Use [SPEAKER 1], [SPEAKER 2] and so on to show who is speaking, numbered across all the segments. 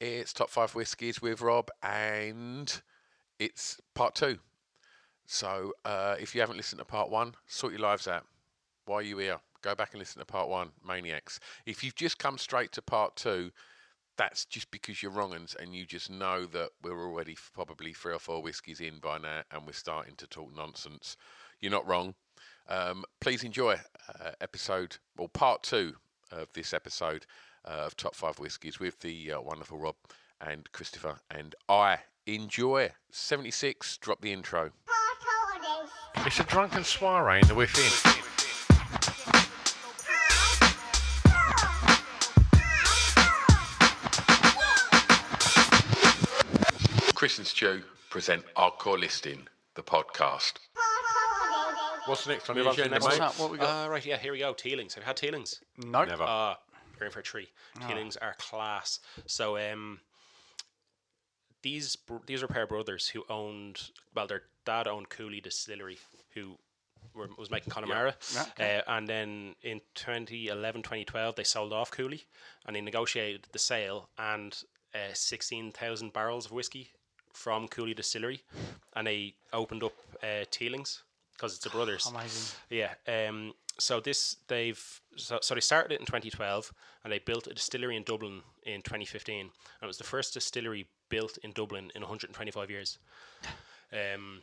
[SPEAKER 1] It's Top 5 Whiskies with Rob and it's part two. So uh, if you haven't listened to part one, sort your lives out. Why are you here? Go back and listen to part one, Maniacs. If you've just come straight to part two, that's just because you're wrong uns and you just know that we're already f- probably three or four whiskies in by now and we're starting to talk nonsense. You're not wrong. Um, please enjoy uh, episode, well, part two of this episode uh, of Top 5 Whiskies with the uh, wonderful Rob and Christopher. And I enjoy 76. Drop the intro. It's a drunken soiree in the within. Chris and Stu present Our Core Listing, the podcast. What's next on the
[SPEAKER 2] What's
[SPEAKER 1] agenda,
[SPEAKER 2] next?
[SPEAKER 1] mate?
[SPEAKER 3] What's up? What we got?
[SPEAKER 2] Uh, right, yeah, here we go. Tealings. Have you had tealings?
[SPEAKER 3] No.
[SPEAKER 1] Never.
[SPEAKER 2] Ah, you're in for a treat. Tealings are class. So, um, these br- these were a pair of brothers who owned, well, their dad owned Cooley Distillery, who were, was making Connemara. Uh, and then in 2011, 2012, they sold off Cooley and they negotiated the sale and uh, 16,000 barrels of whiskey from Cooley Distillery. And they opened up uh, Tealings because it's the brothers.
[SPEAKER 3] Amazing.
[SPEAKER 2] Yeah. Um, so this they've so, so they started it in 2012 and they built a distillery in Dublin in 2015 and it was the first distillery built in Dublin in 125 years. Um,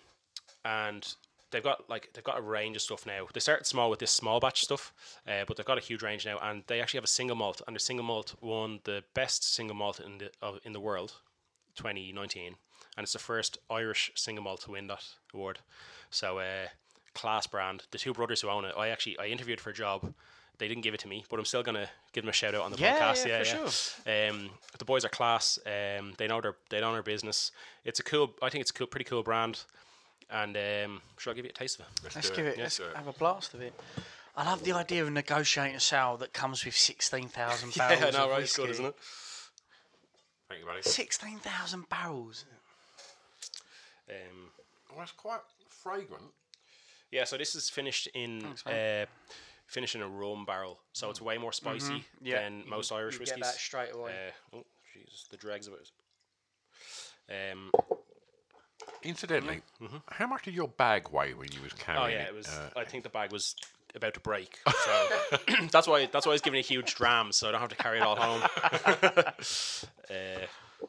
[SPEAKER 2] and they've got like they've got a range of stuff now. They started small with this small batch stuff, uh, but they've got a huge range now, and they actually have a single malt, and the single malt won the best single malt in the of, in the world, 2019, and it's the first Irish single malt to win that award. So, uh, class brand. The two brothers who own it, I actually I interviewed for a job. They didn't give it to me, but I'm still gonna give them a shout out on the
[SPEAKER 3] Yeah,
[SPEAKER 2] podcast.
[SPEAKER 3] yeah,
[SPEAKER 2] Yeah,
[SPEAKER 3] for
[SPEAKER 2] yeah. Um, the boys are class. Um, they know their they know their business. It's a cool. I think it's a cool, pretty cool brand. And um, should I give you a taste of it?
[SPEAKER 3] Let's
[SPEAKER 1] do
[SPEAKER 3] give
[SPEAKER 1] it.
[SPEAKER 3] it.
[SPEAKER 1] Yes,
[SPEAKER 3] Let's
[SPEAKER 1] do it.
[SPEAKER 3] have a blast of it. I love the idea of negotiating a sale that comes with sixteen thousand barrels.
[SPEAKER 2] I know,
[SPEAKER 3] of
[SPEAKER 2] right? It's
[SPEAKER 3] whiskey.
[SPEAKER 2] good, isn't it? Thank you, buddy.
[SPEAKER 3] Sixteen thousand barrels.
[SPEAKER 2] Um,
[SPEAKER 1] Well, it's quite fragrant.
[SPEAKER 2] yeah, so this is finished in uh, finished in a rum barrel, so it's way more spicy
[SPEAKER 3] Mm-hmm. Yeah,
[SPEAKER 2] than
[SPEAKER 3] you
[SPEAKER 2] most
[SPEAKER 3] can-
[SPEAKER 2] Irish
[SPEAKER 3] you get
[SPEAKER 2] whiskies.
[SPEAKER 3] that straight away.
[SPEAKER 2] Uh, oh, Jesus, the dregs of it. Um,
[SPEAKER 1] Incidentally, how much did your bag weigh when you was carrying
[SPEAKER 2] Mm-hmm. oh yeah, it was.
[SPEAKER 1] Uh,
[SPEAKER 2] I think the bag was about to break, so that's why that's why I was giving it a huge dram, so I don't have to carry it all home. uh,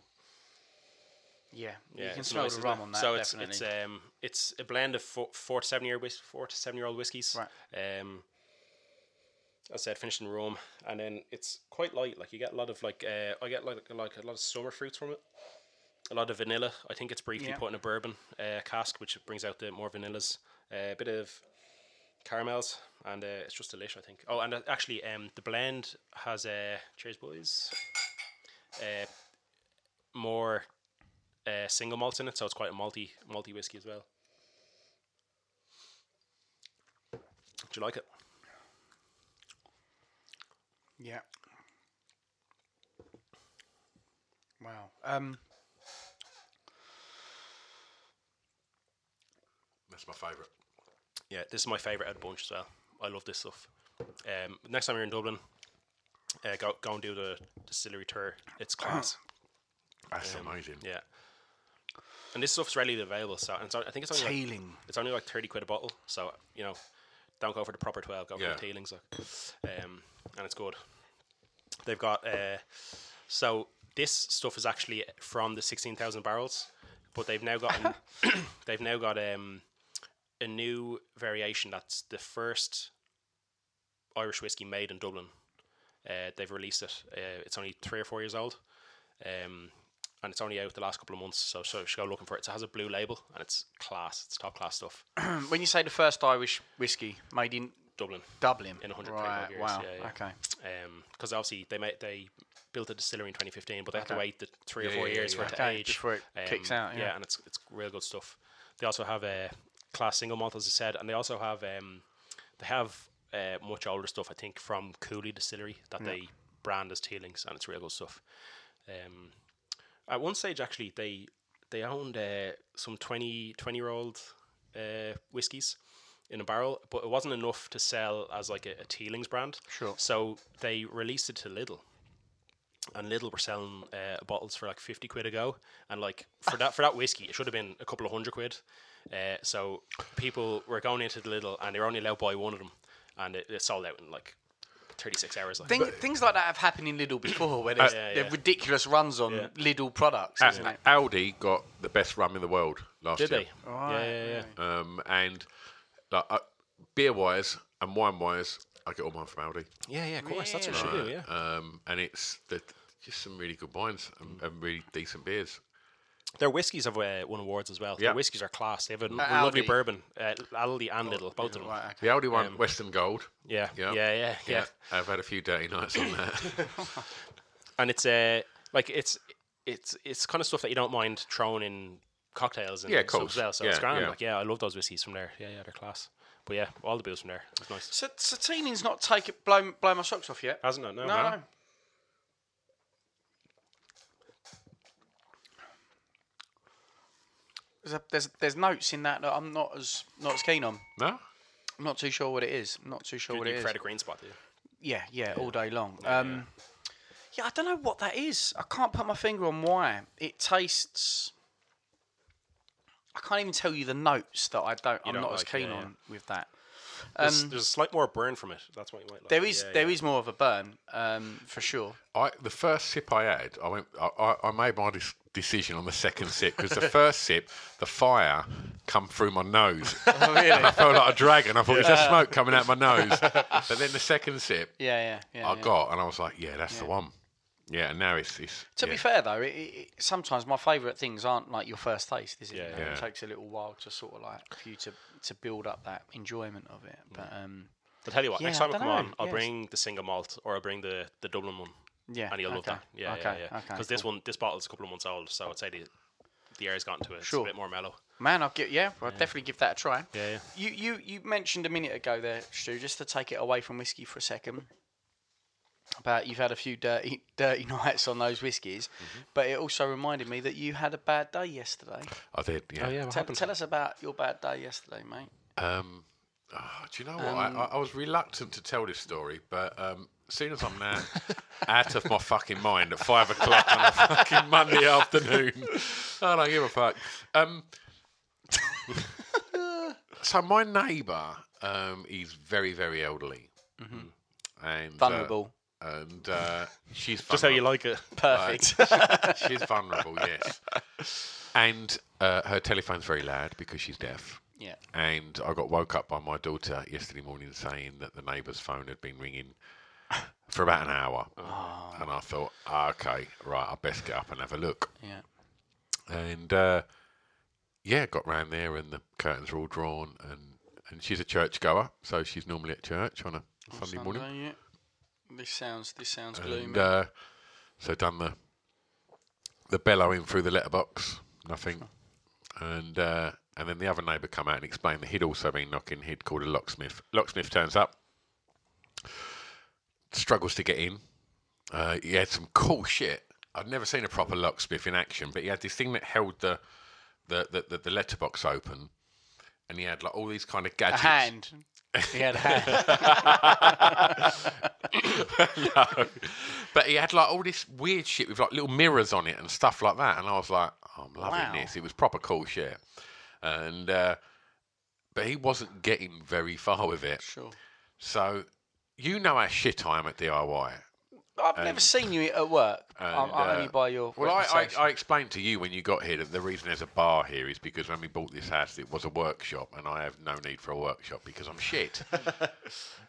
[SPEAKER 3] Yeah,
[SPEAKER 2] Yeah,
[SPEAKER 3] you can
[SPEAKER 2] it's
[SPEAKER 3] smell
[SPEAKER 2] nice,
[SPEAKER 3] the
[SPEAKER 2] isn't
[SPEAKER 3] rum
[SPEAKER 2] it?
[SPEAKER 3] on that.
[SPEAKER 2] So it's
[SPEAKER 3] definitely.
[SPEAKER 2] it's um it's a blend of four, four to seven year whis- four to seven year old whiskies. Right. Um, as I said finished in Rome, and then it's quite light. Like you get a lot of like uh, I get like like a lot of summer fruits from it. A lot of vanilla. I think it's briefly
[SPEAKER 3] Yeah.
[SPEAKER 2] put in a bourbon uh, cask, which brings out the more vanillas. Uh, a bit of caramels, and uh, it's just delish. I think. Oh, and uh, actually, um, the blend has uh, cheers, boys. Uh, more uh, single malts in it, so it's quite a malty malty whiskey as well. Do you like it?
[SPEAKER 3] yeah. Wow. Um,
[SPEAKER 1] That's my favourite.
[SPEAKER 2] Yeah, this is my favourite out of the bunch as well. I love this stuff. Um, next time you're in Dublin, uh, go go and do the distillery tour. It's class.
[SPEAKER 1] That's
[SPEAKER 2] um,
[SPEAKER 1] amazing.
[SPEAKER 2] yeah. And this stuff's readily available, so and so I think it's only like,
[SPEAKER 3] Teeling.
[SPEAKER 2] it's only like thirty quid a bottle. So you know, don't go for the proper twelve. Go
[SPEAKER 1] Yeah.
[SPEAKER 2] for the Teelings, like, um, and it's good. They've got uh, so this stuff is actually from the sixteen thousand barrels, but they've now got an- they've now got um, a new variation that's the first Irish whiskey made in Dublin. Uh, they've released it. Uh, it's only three or four years old, um, and it's only out the last couple of months. So, so you should go looking for it. So it has a blue label, and it's class. It's top class stuff.
[SPEAKER 3] when you say the first Irish whiskey made in
[SPEAKER 2] Dublin.
[SPEAKER 3] Dublin,
[SPEAKER 2] In 125
[SPEAKER 3] right?
[SPEAKER 2] years,
[SPEAKER 3] Wow.
[SPEAKER 2] yeah, yeah.
[SPEAKER 3] Okay.
[SPEAKER 2] because obviously they made they built a distillery in 2015, but they have to
[SPEAKER 3] Okay.
[SPEAKER 2] wait the three or
[SPEAKER 1] Yeah,
[SPEAKER 2] four
[SPEAKER 1] yeah,
[SPEAKER 2] years
[SPEAKER 1] yeah,
[SPEAKER 2] for it to
[SPEAKER 3] Okay,
[SPEAKER 2] age Um,
[SPEAKER 3] before it kicks out, yeah.
[SPEAKER 2] and it's it's real good stuff. They also have a class single malt, as I said, and they also have um, they have uh, much older stuff. I think from Cooley Distillery that they brand as Teelings, and it's real good stuff. Um, at one stage, actually, they they owned uh, some 20, 20 year old uh, whiskies in a barrel, but it wasn't enough to sell as like a, a Teelings brand.
[SPEAKER 3] Sure.
[SPEAKER 2] So they released it to Lidl, and Lidl were selling uh, bottles for like fifty quid a go, and like for that for that whiskey, it should have been a couple of hundred quid. Uh, so people were going into the Lidl, and they were only allowed to buy one of them, and it, it sold out in like thirty six hours. Like.
[SPEAKER 3] Thing, things like that have happened in Lidl before, where there's
[SPEAKER 2] Uh, yeah,
[SPEAKER 3] the
[SPEAKER 2] yeah. Uh,
[SPEAKER 3] ridiculous runs on Lidl products, isn't it?
[SPEAKER 1] Audi got the best rum in the world last
[SPEAKER 2] Did
[SPEAKER 1] year.
[SPEAKER 2] they?
[SPEAKER 3] Oh,
[SPEAKER 2] yeah, yeah, yeah.
[SPEAKER 1] Um, and like, uh, beer wise and wine wise, I get all mine from Aldi.
[SPEAKER 2] Yeah, yeah, of course. That's what it should do, yeah.
[SPEAKER 1] Um, and it's the, just some really good wines
[SPEAKER 2] Mm.
[SPEAKER 1] and, and really decent beers.
[SPEAKER 2] Their whiskies have uh, won awards as well.
[SPEAKER 1] Yeah.
[SPEAKER 2] Their whiskies are class. They have a lovely
[SPEAKER 3] Aldi.
[SPEAKER 2] bourbon, uh, Aldi and Lidl, both of them.
[SPEAKER 3] Right,
[SPEAKER 1] The Aldi one, Western Gold.
[SPEAKER 2] Yeah.
[SPEAKER 1] Yeah.
[SPEAKER 2] Yeah, yeah, Um, yeah,
[SPEAKER 1] I've had a few dirty nights on that.
[SPEAKER 2] And it's uh, like it's it's it's kind of stuff that you don't mind throwing in cocktails and
[SPEAKER 1] Yeah, of
[SPEAKER 2] stuff
[SPEAKER 1] course.
[SPEAKER 2] as well. So
[SPEAKER 1] Yeah,
[SPEAKER 2] it's grand.
[SPEAKER 1] yeah.
[SPEAKER 2] Like yeah, I love those whiskies from there. Yeah, yeah, they're class. But yeah, all the booze from there. It's nice.
[SPEAKER 3] So, so Teening's not take it, blow, blow my socks off yet.
[SPEAKER 2] Hasn't it? No,
[SPEAKER 3] No,
[SPEAKER 2] no.
[SPEAKER 3] no. There's, a, there's there's notes in that that I'm not as not as keen on.
[SPEAKER 1] no?
[SPEAKER 3] I'm not too sure what it is. I'm not too sure
[SPEAKER 2] You
[SPEAKER 3] what
[SPEAKER 2] do
[SPEAKER 3] it is.
[SPEAKER 2] Fred a green spot, do you?
[SPEAKER 3] Yeah, yeah, all day long. um, yeah. I don't know what that is. I can't put my finger on why it tastes. I can't even tell you the notes that I don't. I'm
[SPEAKER 2] don't
[SPEAKER 3] not as
[SPEAKER 2] like,
[SPEAKER 3] keen
[SPEAKER 2] yeah, yeah.
[SPEAKER 3] on with that.
[SPEAKER 2] There's, there's a slight more burn from it. That's what you might like.
[SPEAKER 3] Um, There is
[SPEAKER 2] Yeah,
[SPEAKER 3] there
[SPEAKER 2] yeah.
[SPEAKER 3] is more of a burn um, for sure.
[SPEAKER 1] I the first sip I had, I went. I, I, I made my dis- decision on the second sip because the first sip, the fire come through my nose.
[SPEAKER 3] Oh, really? yeah,
[SPEAKER 1] I felt like a dragon. I thought there's a smoke coming out my nose. but then the second sip,
[SPEAKER 3] yeah, yeah.
[SPEAKER 1] I
[SPEAKER 2] Oh,
[SPEAKER 3] yeah.
[SPEAKER 1] got, and I was like, yeah, that's the one. Yeah, and now it's it's.
[SPEAKER 3] To
[SPEAKER 1] yeah.
[SPEAKER 3] be fair though, it, it, it- sometimes my favourite things aren't like your first taste, is it?
[SPEAKER 2] Yeah,
[SPEAKER 3] You know,
[SPEAKER 1] yeah.
[SPEAKER 3] It takes a little while to sort of like for you to to build up that enjoyment of it.
[SPEAKER 2] Mm.
[SPEAKER 3] But um,
[SPEAKER 2] I'll tell you what,
[SPEAKER 3] Yeah,
[SPEAKER 2] next
[SPEAKER 3] I
[SPEAKER 2] time I come
[SPEAKER 3] dunno,
[SPEAKER 2] on, I'll
[SPEAKER 3] yes.
[SPEAKER 2] bring the single malt or I'll bring the, the Dublin one.
[SPEAKER 3] Yeah,
[SPEAKER 2] And you'll love
[SPEAKER 3] okay,
[SPEAKER 2] that. Yeah,
[SPEAKER 3] okay,
[SPEAKER 2] yeah, yeah.
[SPEAKER 3] okay,
[SPEAKER 2] Because this one, this bottle's a couple of months old, so I'd say the, the air's gotten to it. It's
[SPEAKER 3] Sure.
[SPEAKER 2] a bit more mellow.
[SPEAKER 3] man, I'll get yeah, I'll definitely give that a try.
[SPEAKER 2] Yeah, yeah.
[SPEAKER 3] You you you mentioned a minute ago there, Stu, just to take it away from whiskey for a second. About you've had a few dirty dirty nights on those whiskies,
[SPEAKER 2] Mm-hmm.
[SPEAKER 3] but it also reminded me that you had a bad day yesterday.
[SPEAKER 1] I did. Oh, Yeah.
[SPEAKER 3] Tell, tell us about your bad day yesterday, mate.
[SPEAKER 1] Um, oh, do you know what? I I, I was reluctant to tell this story, but um, as soon as I'm now out of my fucking mind at five o'clock on a fucking Monday afternoon, I don't give a fuck. Um, so my neighbour, um, he's very, very elderly, and uh,
[SPEAKER 3] Vulnerable.
[SPEAKER 1] and uh, she's
[SPEAKER 2] Just how you like it.
[SPEAKER 3] Perfect.
[SPEAKER 1] She's vulnerable, yes. And uh, her telephone's very loud because she's deaf.
[SPEAKER 3] Yeah.
[SPEAKER 1] And I got woke up by my daughter yesterday morning saying that the neighbour's phone had been ringing for about an hour. And I thought, "Ah, okay, right, I best get up and have a look.
[SPEAKER 3] yeah.
[SPEAKER 1] And uh, yeah, got round there and the curtains were all drawn. And, and she's a churchgoer, so she's normally at church on a Sunday, morning.
[SPEAKER 3] Sunday, yeah. This sounds this sounds gloomy.
[SPEAKER 1] And uh, so done the the bellowing through the letterbox, nothing. And uh, and then the other neighbour come out and explained that he'd also been knocking. He'd called a locksmith. Locksmith turns up, struggles to get in. Uh, he had some cool shit. I'd never seen a proper locksmith in action, but he had this thing that held the the the, the, the letterbox open, and he had like all these kind of
[SPEAKER 3] A
[SPEAKER 1] gadgets.
[SPEAKER 3] hand. He had a hand.
[SPEAKER 1] no. But he had like all this weird shit with like little mirrors on it and stuff like that. And I was like, "Oh, I'm loving
[SPEAKER 3] Wow.
[SPEAKER 1] this. It was proper cool shit. And, uh, but he wasn't getting very far with it.
[SPEAKER 3] sure.
[SPEAKER 1] So, you know how shit I am at DIY.
[SPEAKER 3] I've never seen you at work.
[SPEAKER 1] And,
[SPEAKER 3] I'm, I'm only
[SPEAKER 1] uh,
[SPEAKER 3] by your.
[SPEAKER 1] Well, I,
[SPEAKER 3] reputation.
[SPEAKER 1] I, I explained to you when you got here that the reason there's a bar here is because when we bought this house, it was a workshop, and I have no need for a workshop because I'm shit. but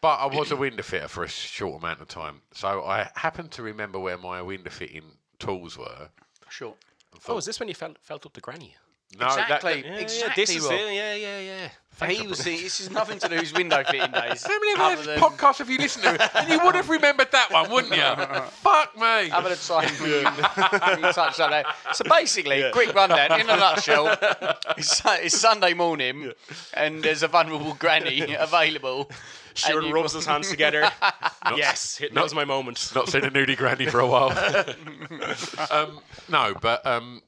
[SPEAKER 1] I was a window fitter for a short amount of time, so I happened to remember where my window fitting tools were.
[SPEAKER 3] Sure.
[SPEAKER 2] Oh, is this when you felt, felt up the granny?
[SPEAKER 1] No, Oh, that-
[SPEAKER 3] Exactly.
[SPEAKER 1] that-
[SPEAKER 3] Yeah, yeah,
[SPEAKER 2] this
[SPEAKER 3] exactly,
[SPEAKER 2] is
[SPEAKER 3] Rob.
[SPEAKER 2] it. Yeah, yeah, yeah.
[SPEAKER 3] he was seeing. This is nothing to do with his window fitting days.
[SPEAKER 1] how many
[SPEAKER 3] other
[SPEAKER 1] of those
[SPEAKER 3] than-
[SPEAKER 1] podcasts have you listened to? And you would have remembered that one, wouldn't you? Fuck me.
[SPEAKER 3] Other than time we, we touched on that. So basically, quick rundown in a nutshell. It's, Su- it's Sunday morning, and there's a vulnerable granny available. and
[SPEAKER 2] Sharon
[SPEAKER 3] you-
[SPEAKER 2] rubs his hands together. yes, that was my moment.
[SPEAKER 1] Not seen a nudie granny for a while. um, no, but um,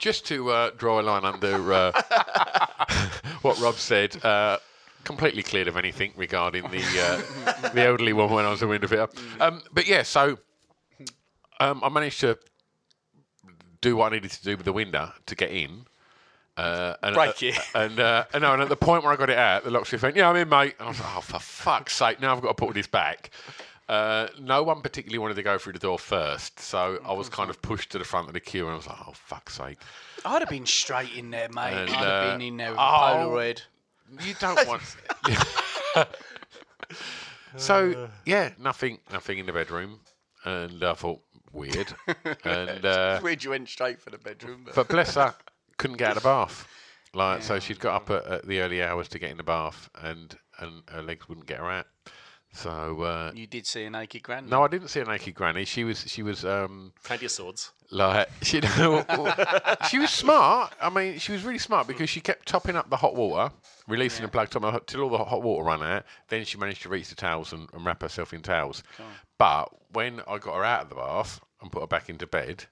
[SPEAKER 1] just to uh, draw a line under uh, what Rob said, uh, completely cleared of anything regarding the uh, the elderly woman when I was a window fitter. Um, but yeah, so um, I managed to do what I needed to do with the window to get in. Uh, and,
[SPEAKER 3] Break it.
[SPEAKER 1] and uh, and no, and at the point where I got it out, the locksmith went, "Yeah, I'm in, mate." And I was like, "Oh, for fuck's sake! Now I've got to put all this back." Uh, no one particularly wanted to go through the door first, so
[SPEAKER 3] Oh,
[SPEAKER 1] I was kind of pushed to the front of the queue, and I was like, "Oh, fuck's sake!"
[SPEAKER 3] I'd have been straight in there, mate.
[SPEAKER 1] And,
[SPEAKER 3] I'd have
[SPEAKER 1] uh,
[SPEAKER 3] been in there with a
[SPEAKER 1] oh.
[SPEAKER 3] Polaroid.
[SPEAKER 1] You don't want.
[SPEAKER 3] Uh.
[SPEAKER 1] so yeah, nothing, nothing in the bedroom, and I thought weird, and uh,
[SPEAKER 3] Weird, you went straight for the bedroom. But
[SPEAKER 1] but bless her, couldn't get out of the bath. Like so, she'd got up at, at the early hours to get in the bath, and and her legs wouldn't get her out. So uh,
[SPEAKER 3] you did see a naked granny.
[SPEAKER 1] no, I didn't see a naked granny. She was she was um
[SPEAKER 2] Plenty of swords.
[SPEAKER 1] like she she was smart. I mean, she was really smart because she kept topping up the hot water, releasing the plug top of the hot- till all the hot water ran out. Then she managed to reach the towels and, and wrap herself in towels. But when I got her out of the bath and put her back into bed,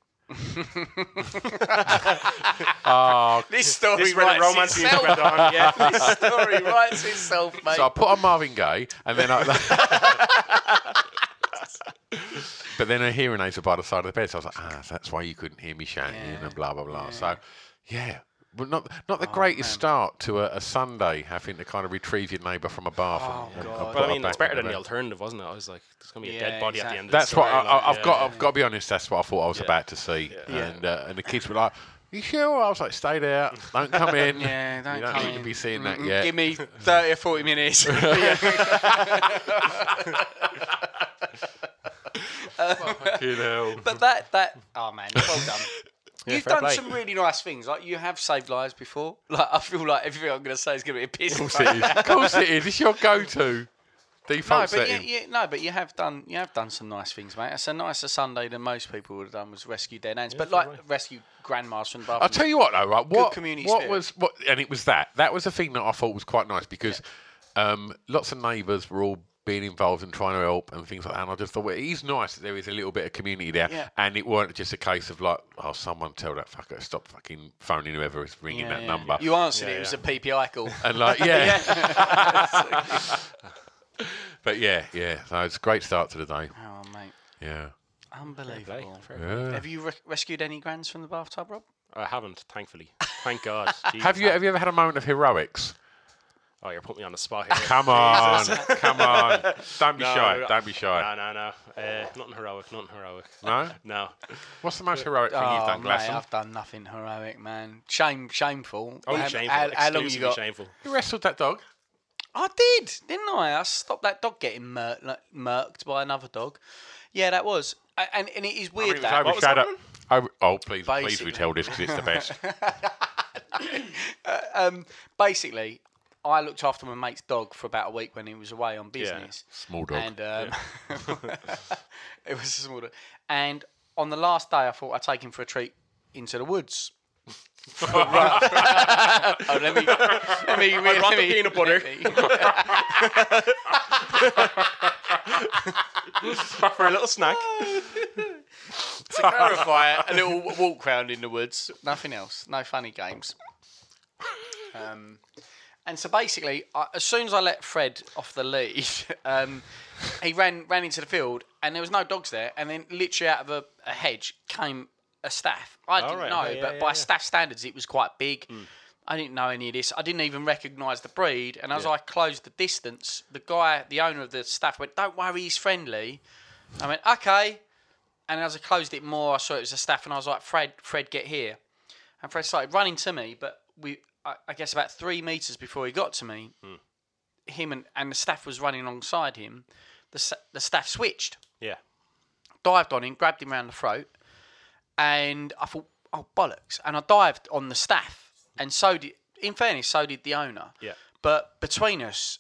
[SPEAKER 3] This story
[SPEAKER 2] This is where the
[SPEAKER 3] writes
[SPEAKER 2] romance music
[SPEAKER 3] itself.
[SPEAKER 2] went on. Yeah.
[SPEAKER 3] this story writes itself, mate.
[SPEAKER 1] so I put on Marvin Gaye, and then I. but then her hearing aids were by the side of the bed, so I was like, ah, that's why you couldn't hear me shouting and blah blah blah. So, yeah. But not not
[SPEAKER 3] Oh,
[SPEAKER 1] the greatest start to a, a Sunday having to kind of retrieve your neighbour from a bath.
[SPEAKER 3] Oh,
[SPEAKER 1] and, and, and put
[SPEAKER 2] But I
[SPEAKER 1] her
[SPEAKER 2] mean,
[SPEAKER 1] back
[SPEAKER 2] it's better
[SPEAKER 1] in the
[SPEAKER 2] than the
[SPEAKER 1] bed.
[SPEAKER 2] alternative, wasn't it? I was like, there's gonna be a
[SPEAKER 3] Yeah,
[SPEAKER 2] dead body at
[SPEAKER 3] exactly.
[SPEAKER 2] the end. of
[SPEAKER 1] That's
[SPEAKER 2] this
[SPEAKER 1] what I,
[SPEAKER 2] story, like,
[SPEAKER 1] I, I've
[SPEAKER 2] yeah.
[SPEAKER 1] got. I've got to be honest. That's what I thought I was about to see,
[SPEAKER 3] Yeah.
[SPEAKER 1] and uh, and the kids were like, "You sure?" I was like, "Stay there. Don't come in.
[SPEAKER 3] Yeah, don't
[SPEAKER 1] you don't
[SPEAKER 3] come
[SPEAKER 1] need to
[SPEAKER 3] in.
[SPEAKER 1] be seeing that
[SPEAKER 3] Mm,
[SPEAKER 1] yet."
[SPEAKER 3] Give me 30 or 40 minutes.
[SPEAKER 1] Fucking hell.
[SPEAKER 3] but that, that, oh man, well done. You've
[SPEAKER 1] fair
[SPEAKER 3] done
[SPEAKER 1] play.
[SPEAKER 3] some really nice things. Like you have saved lives before. Like I feel like everything I'm going to say is going to be a piss.
[SPEAKER 1] Of course it is. Of course it is. It's your go-to default
[SPEAKER 3] No, but you,
[SPEAKER 1] setting.
[SPEAKER 3] you, no, but you have done you have done some nice things, mate. It's a nicer Sunday than most people would have done was rescue their nans, but like rescue grandmas from the bathroom.
[SPEAKER 1] I'll tell you what, though, right? What,
[SPEAKER 3] community
[SPEAKER 1] what
[SPEAKER 3] spirit.
[SPEAKER 1] was what? And it was that. That was the thing that I thought was quite nice because um, lots of neighbours were all being involved and trying to help and things like that. And I just thought well, it is nice that there is a little bit of community there,
[SPEAKER 3] Yeah.
[SPEAKER 1] and it weren't just a case of like, oh, someone tell that fucker to stop fucking phoning whoever is ringing that number. Uh,
[SPEAKER 3] You answered it. It was a PPI call.
[SPEAKER 1] and like, yeah. but yeah, yeah. So it's a great start to the day.
[SPEAKER 3] oh, mate,
[SPEAKER 1] Yeah.
[SPEAKER 3] unbelievable.
[SPEAKER 1] yeah.
[SPEAKER 3] Have you re- rescued any grands from the bathtub, Rob?
[SPEAKER 2] I haven't, thankfully. Thank God.
[SPEAKER 1] Have you have you ever had a moment of heroics?
[SPEAKER 2] Oh, you're putting me on the spot here.
[SPEAKER 1] Come on, come on. Don't be
[SPEAKER 2] No,
[SPEAKER 1] shy.
[SPEAKER 2] no,
[SPEAKER 1] Don't be shy.
[SPEAKER 2] No, no, no. Uh, nothing heroic. Nothing heroic.
[SPEAKER 1] No?
[SPEAKER 2] No.
[SPEAKER 1] What's the most heroic thing you've
[SPEAKER 3] Oh,
[SPEAKER 1] done,
[SPEAKER 3] mate,
[SPEAKER 1] Glasson?
[SPEAKER 3] I've done nothing heroic, man. Shame, shameful.
[SPEAKER 2] Oh,
[SPEAKER 3] How-
[SPEAKER 2] shameful.
[SPEAKER 3] How, how long you
[SPEAKER 2] Exclusively
[SPEAKER 3] got?
[SPEAKER 2] Shameful.
[SPEAKER 1] You wrestled that dog.
[SPEAKER 3] I did, didn't I? I stopped that dog getting mur- like, murked by another dog. Yeah, that was, A- and and it is weird
[SPEAKER 1] It was
[SPEAKER 3] that
[SPEAKER 1] overshadowed. Over- oh, please, please,
[SPEAKER 3] Basically.
[SPEAKER 1] we tell this because it's the best.
[SPEAKER 3] Um, basically, I looked after my mate's dog for about a week when he was away on business.
[SPEAKER 1] Small dog.
[SPEAKER 3] And um, it was a small dog. And on the last day, I thought I'd take him for a treat into the woods. oh, let me, let me, let
[SPEAKER 2] rather
[SPEAKER 3] me-
[SPEAKER 2] peanut butter.
[SPEAKER 3] let me-
[SPEAKER 2] For a little snack.
[SPEAKER 3] to clarify, a little walk round in the woods, nothing else, no funny games. Um, and so basically, I, as soon as I let Fred off the lead, um, he ran ran into the field, and there was no dogs there. And then, literally out of a, a hedge came a staff. I didn't
[SPEAKER 2] right,
[SPEAKER 3] know,
[SPEAKER 2] okay, yeah,
[SPEAKER 3] but
[SPEAKER 2] yeah,
[SPEAKER 3] by
[SPEAKER 2] yeah.
[SPEAKER 3] staff standards, it was quite big. I didn't know any of this. I didn't even recognise the breed. And as I closed the distance, the guy, the owner of the staff, went, "Don't worry, he's friendly." I went, "Okay." And as I closed it more, I saw it was a staff, and I was like, "Fred, Fred, get here!" And Fred started running to me, but we, I, I guess, about three meters before he got to me, him and, and the staff was running alongside him. The s- the staff switched,
[SPEAKER 2] Yeah.
[SPEAKER 3] dived on him, grabbed him round the throat, and I thought, "Oh bollocks!" And I dived on the staff, and so did, in fairness, so did the owner.
[SPEAKER 2] Yeah.
[SPEAKER 3] But between us,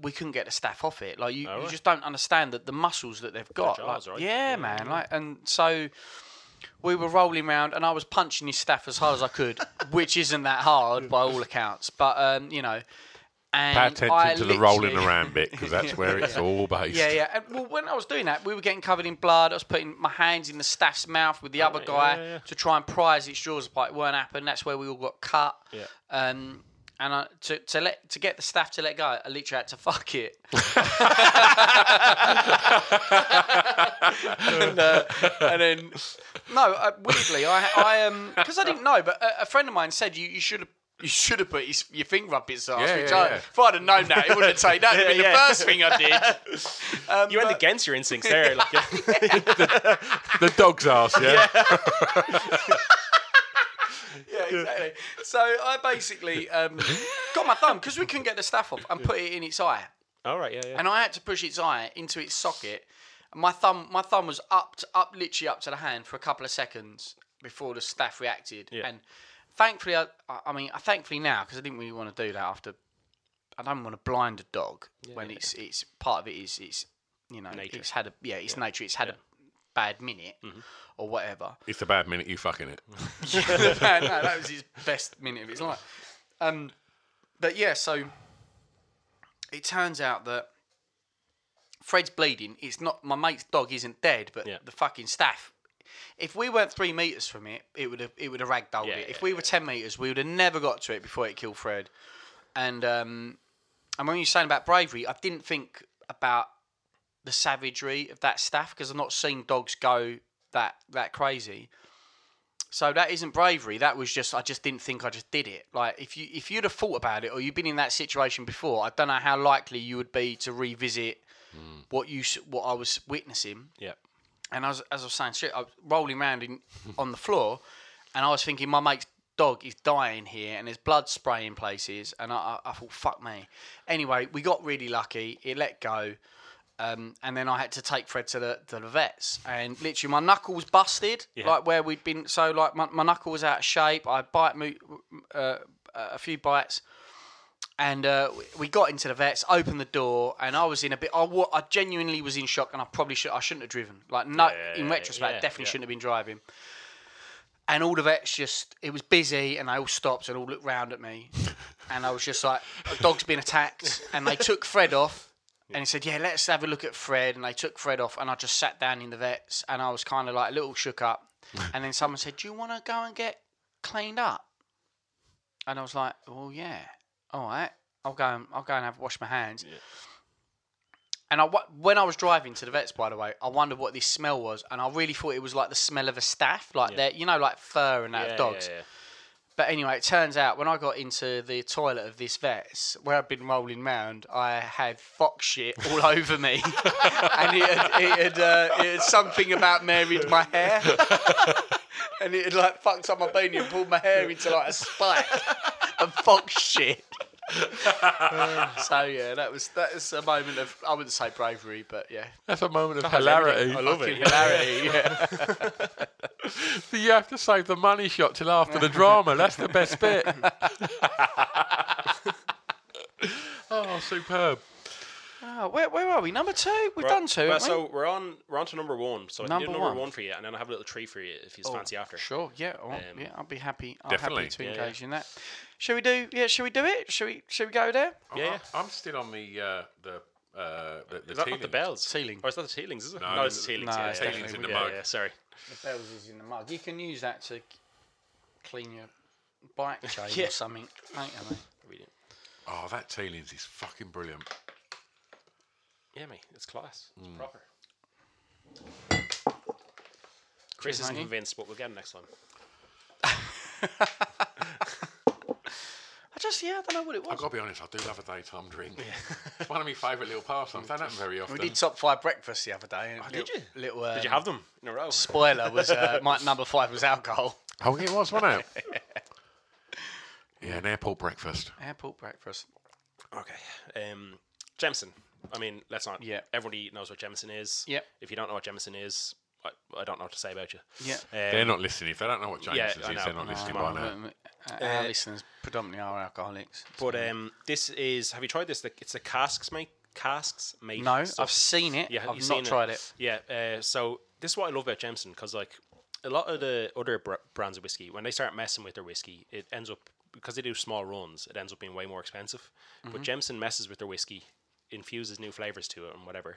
[SPEAKER 3] we couldn't get the staff off it. Like you, you
[SPEAKER 2] right.
[SPEAKER 3] just don't understand that the muscles that Oh, they've got.
[SPEAKER 2] Jaws,
[SPEAKER 3] like,
[SPEAKER 2] right?
[SPEAKER 3] Yeah, man. Like, and so we were rolling round, and I was punching his staff as hard as I could, which isn't that hard by all accounts. But um, you know, and
[SPEAKER 1] Pay attention
[SPEAKER 3] I
[SPEAKER 1] to the rolling
[SPEAKER 3] literally-
[SPEAKER 1] around bit because that's where it's all based.
[SPEAKER 3] Yeah, yeah. And, well, when I was doing that, we were getting covered in blood. I was putting my hands in the staff's mouth with the other
[SPEAKER 2] Oh, yeah,
[SPEAKER 3] guy
[SPEAKER 2] yeah, yeah.
[SPEAKER 3] to try and prise its jaws apart. It weren't happening. That's where we all got cut.
[SPEAKER 2] Yeah.
[SPEAKER 3] Um, and I, to, to let to get the staff to let go, I literally had to fuck it. and, uh, and then no, uh, weirdly, I I um because I didn't know, but a, a friend of mine said you you should have. You should have put his, your finger up his arse.
[SPEAKER 1] Yeah,
[SPEAKER 3] which
[SPEAKER 1] yeah,
[SPEAKER 3] I,
[SPEAKER 1] yeah.
[SPEAKER 3] If I'd have known that, it would have taken. That would have been the
[SPEAKER 2] yeah.
[SPEAKER 3] first thing I did. Um,
[SPEAKER 2] You went
[SPEAKER 3] but-
[SPEAKER 2] against your instincts there. Like, yeah.
[SPEAKER 1] The dog's ass, yeah.
[SPEAKER 3] Yeah, exactly. So I basically um, got my thumb because we couldn't get the staff off and put it in its eye,
[SPEAKER 2] All right. Yeah. Yeah.
[SPEAKER 3] and I had to push its eye into its socket. And my thumb, my thumb was up, to, up literally up to the hand for a couple of seconds before the staff reacted.
[SPEAKER 2] Yeah.
[SPEAKER 3] And thankfully, I, I I mean, I thankfully now because I didn't really want to do that after. I don't want to blind a dog when it's it's part of it is it's you know it's had a yeah it's nature it's had a bad minute or whatever.
[SPEAKER 1] It's a bad minute you fucking it.
[SPEAKER 3] no, no, that was his best minute of his life. Um, but yeah, so it turns out that Fred's bleeding. It's not my mate's dog isn't dead, but
[SPEAKER 2] Yeah.
[SPEAKER 3] the fucking staff. If we weren't three meters from it, it would have it would have ragdolled
[SPEAKER 2] Yeah,
[SPEAKER 3] it.
[SPEAKER 2] yeah,
[SPEAKER 3] If we were ten meters, we would have never got to it before it killed Fred. And um, and when you were saying about bravery, I didn't think about the savagery of that staff because I've not seen dogs go that that crazy. So that isn't bravery. That was just I just didn't think I just did it. Like if you if you'd have thought about it or you've been in that situation before, I don't know how likely you would be to revisit what you s- what I was witnessing.
[SPEAKER 2] yeah.
[SPEAKER 3] And I was, as I was saying, shit, I was rolling around in, on the floor, and I was thinking, my mate's dog is dying here, and there's blood spraying places. And I, I, I thought, fuck me. Anyway, we got really lucky. It let go. Um, and then I had to take Fred to the, to the vets, and literally my knuckle was busted, like where we'd been. So like my, my knuckle was out of shape. I bite mo- uh, a few bites, and uh, we- we got into the vets, opened the door, and I was in a bit. I, wa- I genuinely was in shock, and I probably should I shouldn't have driven. Like no, in retrospect,
[SPEAKER 2] yeah,
[SPEAKER 3] definitely
[SPEAKER 2] yeah.
[SPEAKER 3] shouldn't have been driving. And all the vets just it was busy, and they all stopped and all looked round at me, and I was just like, "A dog's been attacked," and they took Fred off. And he said, "Yeah, let's have a look at Fred." And they took Fred off, and I just sat down in the vets, and I was kind of like a little shook up. and then someone said, "Do you want to go and get cleaned up?" And I was like, "Well, yeah, all right. I'll go. And, I'll go and have wash my hands." And I, wa- when I was driving to the vets, by the way, I wondered what this smell was, and I really thought it was like the smell of a staff, like their, you know, like fur and that
[SPEAKER 2] Yeah,
[SPEAKER 3] of dogs.
[SPEAKER 2] yeah, yeah.
[SPEAKER 3] But anyway, it turns out when I got into the toilet of this vet's, where I'd been rolling round, I had fox shit all over me, and it had, it had, uh, it had something about married my hair, and it had like fucked up my beanie and pulled my hair into like a spike of fox shit. so yeah, that was that is a moment of I wouldn't say bravery, but yeah,
[SPEAKER 1] That's a moment of hilarity.
[SPEAKER 3] Fucking hilarity. Yeah.
[SPEAKER 1] You have to save the money shot till after the drama. That's the best bit. oh, superb.
[SPEAKER 3] Oh, where, where are we? Number two. We've done two.
[SPEAKER 2] Well,
[SPEAKER 3] haven't we?
[SPEAKER 2] so we're on we're on to number one. So I can do
[SPEAKER 3] Number
[SPEAKER 2] number
[SPEAKER 3] one.
[SPEAKER 2] one. for you, and then I have a little tree for you if you fancy after.
[SPEAKER 3] Sure, yeah, I'll,
[SPEAKER 2] Um,
[SPEAKER 3] yeah, I'll be happy. I'm
[SPEAKER 1] Definitely.
[SPEAKER 3] happy to
[SPEAKER 1] Yeah,
[SPEAKER 3] engage in that. Shall we do? Yeah, shall we do it? Shall we? Shall we go there?
[SPEAKER 1] Oh.
[SPEAKER 2] Yeah, yeah.
[SPEAKER 1] I'm still on the uh, the, uh, the the
[SPEAKER 2] Is that
[SPEAKER 1] tealing.
[SPEAKER 2] not the bells?
[SPEAKER 3] Teeling.
[SPEAKER 2] Or is that the tealings, is it?
[SPEAKER 1] No,
[SPEAKER 2] No, it's the tealings.
[SPEAKER 3] no,
[SPEAKER 2] yeah,
[SPEAKER 3] it's
[SPEAKER 2] yeah,
[SPEAKER 3] tealings
[SPEAKER 2] yeah,
[SPEAKER 3] in the
[SPEAKER 2] yeah,
[SPEAKER 1] mug.
[SPEAKER 2] yeah, sorry.
[SPEAKER 3] The bells is in the mug. You can use that to c- clean your bike chain or something. Ain't it, mate?
[SPEAKER 2] Brilliant.
[SPEAKER 1] Oh, that Teelings is fucking brilliant.
[SPEAKER 2] Yeah, mate, it's class. It's proper. Chris
[SPEAKER 3] Cheers,
[SPEAKER 2] isn't
[SPEAKER 3] matey.
[SPEAKER 2] convinced, but we'll get him next time.
[SPEAKER 3] I just yeah, I don't know what it
[SPEAKER 1] I've
[SPEAKER 3] was.
[SPEAKER 1] got to be honest, I do love a daytime drink. it's one of my favourite little pastimes. They don't happen very often.
[SPEAKER 3] We did top five breakfast the other day. And
[SPEAKER 2] did
[SPEAKER 3] little,
[SPEAKER 2] you?
[SPEAKER 3] Little, um,
[SPEAKER 2] Did you have them in a row?
[SPEAKER 3] Spoiler was uh, my number five was alcohol.
[SPEAKER 1] Oh, it was, wasn't it? yeah, an airport breakfast.
[SPEAKER 3] Airport breakfast.
[SPEAKER 2] Okay. Um, Jemison. I mean, let's not.
[SPEAKER 3] Yeah.
[SPEAKER 2] Everybody knows what Jemison is.
[SPEAKER 3] Yep.
[SPEAKER 2] If you don't know what Jemison is, I, I don't know what to say about you. Um,
[SPEAKER 3] Yeah.
[SPEAKER 1] They're not listening. If they don't know what Jameson's
[SPEAKER 2] yeah, I
[SPEAKER 1] is,
[SPEAKER 2] know.
[SPEAKER 1] they're not
[SPEAKER 2] No,
[SPEAKER 1] listening
[SPEAKER 2] come
[SPEAKER 1] by
[SPEAKER 2] on,
[SPEAKER 1] now.
[SPEAKER 3] Um, our listeners predominantly are alcoholics.
[SPEAKER 2] But um, this is. Have you tried this? The- It's the casks, mate. Casks, mate.
[SPEAKER 3] No,
[SPEAKER 2] stuff.
[SPEAKER 3] I've seen it.
[SPEAKER 2] Yeah,
[SPEAKER 3] I've
[SPEAKER 2] you've
[SPEAKER 3] not
[SPEAKER 2] seen
[SPEAKER 3] tried it.
[SPEAKER 2] Yeah, uh, so this is what I love about Jameson because like a lot of the other br- brands of whiskey, when they start messing with their whiskey, it ends up because they do small runs, it ends up being way more expensive. But
[SPEAKER 3] Mm-hmm.
[SPEAKER 2] Jameson messes with their whiskey, infuses new flavors to it and whatever.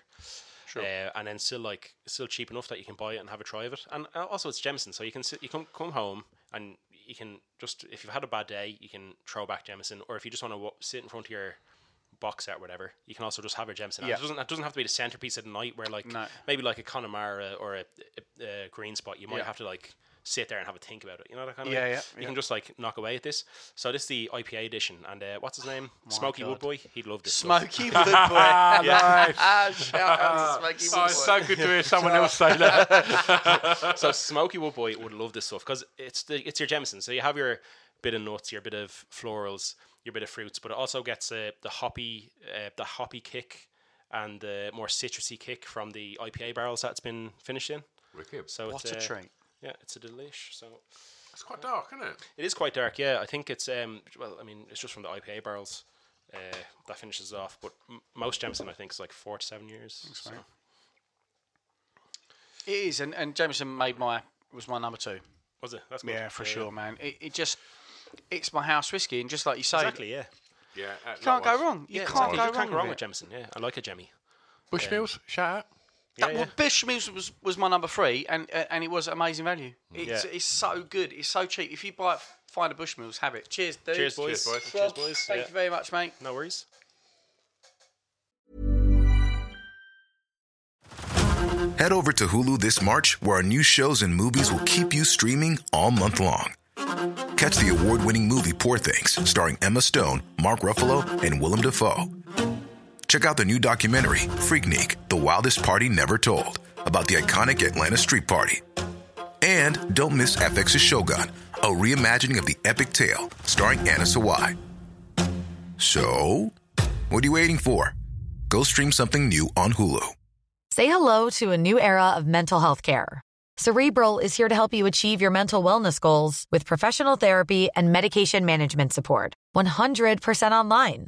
[SPEAKER 2] Sure. Uh, and then still like still cheap enough that you can buy it and have a try of it. And uh, also it's Jameson, so you can sit, you come come home and you can just if you've had a bad day, you can throw back Jameson, or if you just want to w- sit in front of your box set, whatever, you can also just have a Jameson. And
[SPEAKER 3] Yeah.
[SPEAKER 2] It doesn't it doesn't have to be the centerpiece at night where like
[SPEAKER 3] No.
[SPEAKER 2] maybe like a Connemara or a, a, a green spot, you might
[SPEAKER 3] Yeah.
[SPEAKER 2] have to like sit there and have a think about it. You know that kind of
[SPEAKER 3] Yeah,
[SPEAKER 2] way?
[SPEAKER 3] yeah,
[SPEAKER 2] You
[SPEAKER 3] yeah.
[SPEAKER 2] can just like knock away at this. So this is the IPA edition, and uh, what's his name? Smokey
[SPEAKER 3] God.
[SPEAKER 2] Woodboy. He'd love this. stuff.
[SPEAKER 3] Smoky Woodboy. Ah, Shout out to Smoky
[SPEAKER 1] Oh, it's so
[SPEAKER 3] Woodboy.
[SPEAKER 1] good to hear someone else say that.
[SPEAKER 2] So Smokey Woodboy would love this stuff because it's the it's your Jameson. So you have your bit of nuts, your bit of florals, your bit of fruits, but it also gets uh, the hoppy uh, the hoppy kick and the more citrusy kick from the IPA barrels that's been finished in.
[SPEAKER 1] Wicked.
[SPEAKER 2] So
[SPEAKER 3] What
[SPEAKER 2] it's,
[SPEAKER 3] a
[SPEAKER 2] uh,
[SPEAKER 3] treat.
[SPEAKER 2] Yeah, it's a delish. So
[SPEAKER 1] It's quite dark, isn't it?
[SPEAKER 2] It is quite dark, yeah. I think it's um well, I mean, it's just from the IPA barrels uh, that finishes it off. But m- most Jameson, I think, is like four to seven years. so.
[SPEAKER 3] It is, and, and Jameson made my was my number two.
[SPEAKER 2] Was it? That's good.
[SPEAKER 3] Yeah, for sure, man. It, it just it's my house whiskey, and just like you say,
[SPEAKER 2] Exactly, yeah.
[SPEAKER 1] Yeah.
[SPEAKER 3] you can't go wrong. You
[SPEAKER 2] Yeah,
[SPEAKER 3] can't
[SPEAKER 2] exactly.
[SPEAKER 3] go
[SPEAKER 2] you
[SPEAKER 3] wrong.
[SPEAKER 2] can't go wrong
[SPEAKER 3] with
[SPEAKER 2] with
[SPEAKER 3] it.
[SPEAKER 2] Jameson. Yeah, I like a Jemmy.
[SPEAKER 1] Bushmills, shout out.
[SPEAKER 2] Yeah,
[SPEAKER 3] That-
[SPEAKER 2] yeah.
[SPEAKER 3] Well, Bushmills was, was my number three, and uh, and it was amazing value. It's
[SPEAKER 2] Mm. Yeah.
[SPEAKER 3] it's so good. It's so cheap. If you buy it, find a Bushmills, have it. Cheers, dude.
[SPEAKER 2] Cheers, boys.
[SPEAKER 1] boys.
[SPEAKER 2] Cheers,
[SPEAKER 3] Rob,
[SPEAKER 2] boys.
[SPEAKER 3] Thank
[SPEAKER 2] yeah.
[SPEAKER 3] you very much, mate.
[SPEAKER 2] No worries.
[SPEAKER 4] Head over to Hulu this March, where our new shows and movies will keep you streaming all month long. Catch the award winning movie Poor Things, starring Emma Stone, Mark Ruffalo, and Willem Dafoe. Check out the new documentary, Freaknik The Wildest Party Never Told, about the iconic Atlanta Street Party. And don't miss FX's Shogun, a reimagining of the epic tale, starring Anna Sawai. So, what are you waiting for? Go stream something new on Hulu.
[SPEAKER 5] Say hello to a new era of mental health care. Cerebral is here to help you achieve your mental wellness goals with professional therapy and medication management support. 100% online.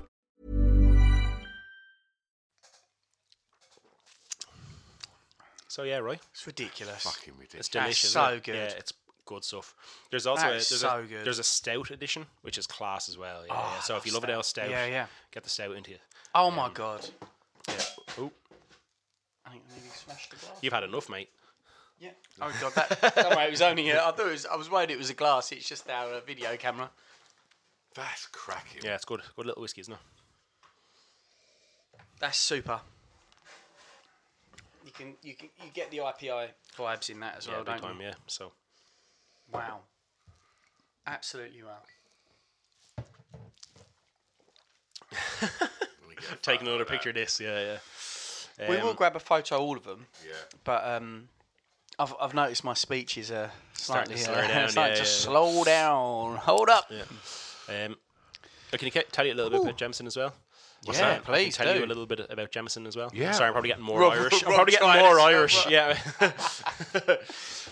[SPEAKER 2] So yeah, right.
[SPEAKER 3] It's ridiculous.
[SPEAKER 1] Fucking ridiculous.
[SPEAKER 2] It's delicious.
[SPEAKER 3] so
[SPEAKER 2] isn't it?
[SPEAKER 3] good.
[SPEAKER 2] Yeah, it's good stuff. There's also
[SPEAKER 3] That
[SPEAKER 2] a,
[SPEAKER 3] is
[SPEAKER 2] there's,
[SPEAKER 3] so
[SPEAKER 2] a,
[SPEAKER 3] good.
[SPEAKER 2] there's a stout edition, which is class as well. Yeah.
[SPEAKER 3] Oh,
[SPEAKER 2] yeah.
[SPEAKER 3] I
[SPEAKER 2] So if
[SPEAKER 3] love
[SPEAKER 2] you love an ale
[SPEAKER 3] stout.
[SPEAKER 2] stout,
[SPEAKER 3] Yeah, yeah.
[SPEAKER 2] get the stout into you.
[SPEAKER 3] Oh my god.
[SPEAKER 2] Yeah. Oh,
[SPEAKER 3] I think I nearly smashed the glass.
[SPEAKER 2] you've had enough, mate.
[SPEAKER 3] Yeah. Oh god, that. don't worry, it was only. uh, I thought it was. I was worried it was a glass. It's just our uh, video camera.
[SPEAKER 1] That's cracking.
[SPEAKER 2] Yeah, it's good. Good little whiskey, isn't it?
[SPEAKER 3] That's super. You can you can you get the IPI vibes in that as well,
[SPEAKER 2] yeah,
[SPEAKER 3] don't
[SPEAKER 2] big time.
[SPEAKER 3] you?
[SPEAKER 2] Yeah. So
[SPEAKER 3] Wow. Absolutely wow.
[SPEAKER 2] taking another picture of this. Yeah, yeah.
[SPEAKER 3] we will
[SPEAKER 2] Um,
[SPEAKER 3] grab a photo all of them,
[SPEAKER 1] Yeah.
[SPEAKER 3] but um, I've I've noticed my speech is uh
[SPEAKER 2] Starting
[SPEAKER 3] slightly
[SPEAKER 2] to slow down,
[SPEAKER 3] starting
[SPEAKER 2] yeah,
[SPEAKER 3] to
[SPEAKER 2] yeah.
[SPEAKER 3] slow down. Hold up. Yeah,
[SPEAKER 2] Um, uh, can you ca- tell you a little bit about Jemison as well? What's that? I can
[SPEAKER 3] please
[SPEAKER 2] tell you
[SPEAKER 3] do.
[SPEAKER 2] a little bit about Jemison as well.
[SPEAKER 1] Yeah.
[SPEAKER 2] Sorry, I'm probably getting more
[SPEAKER 3] Rob-
[SPEAKER 2] Irish. I'm
[SPEAKER 3] Rob
[SPEAKER 2] probably getting
[SPEAKER 3] tried
[SPEAKER 2] more
[SPEAKER 3] it.
[SPEAKER 2] Irish. Yeah.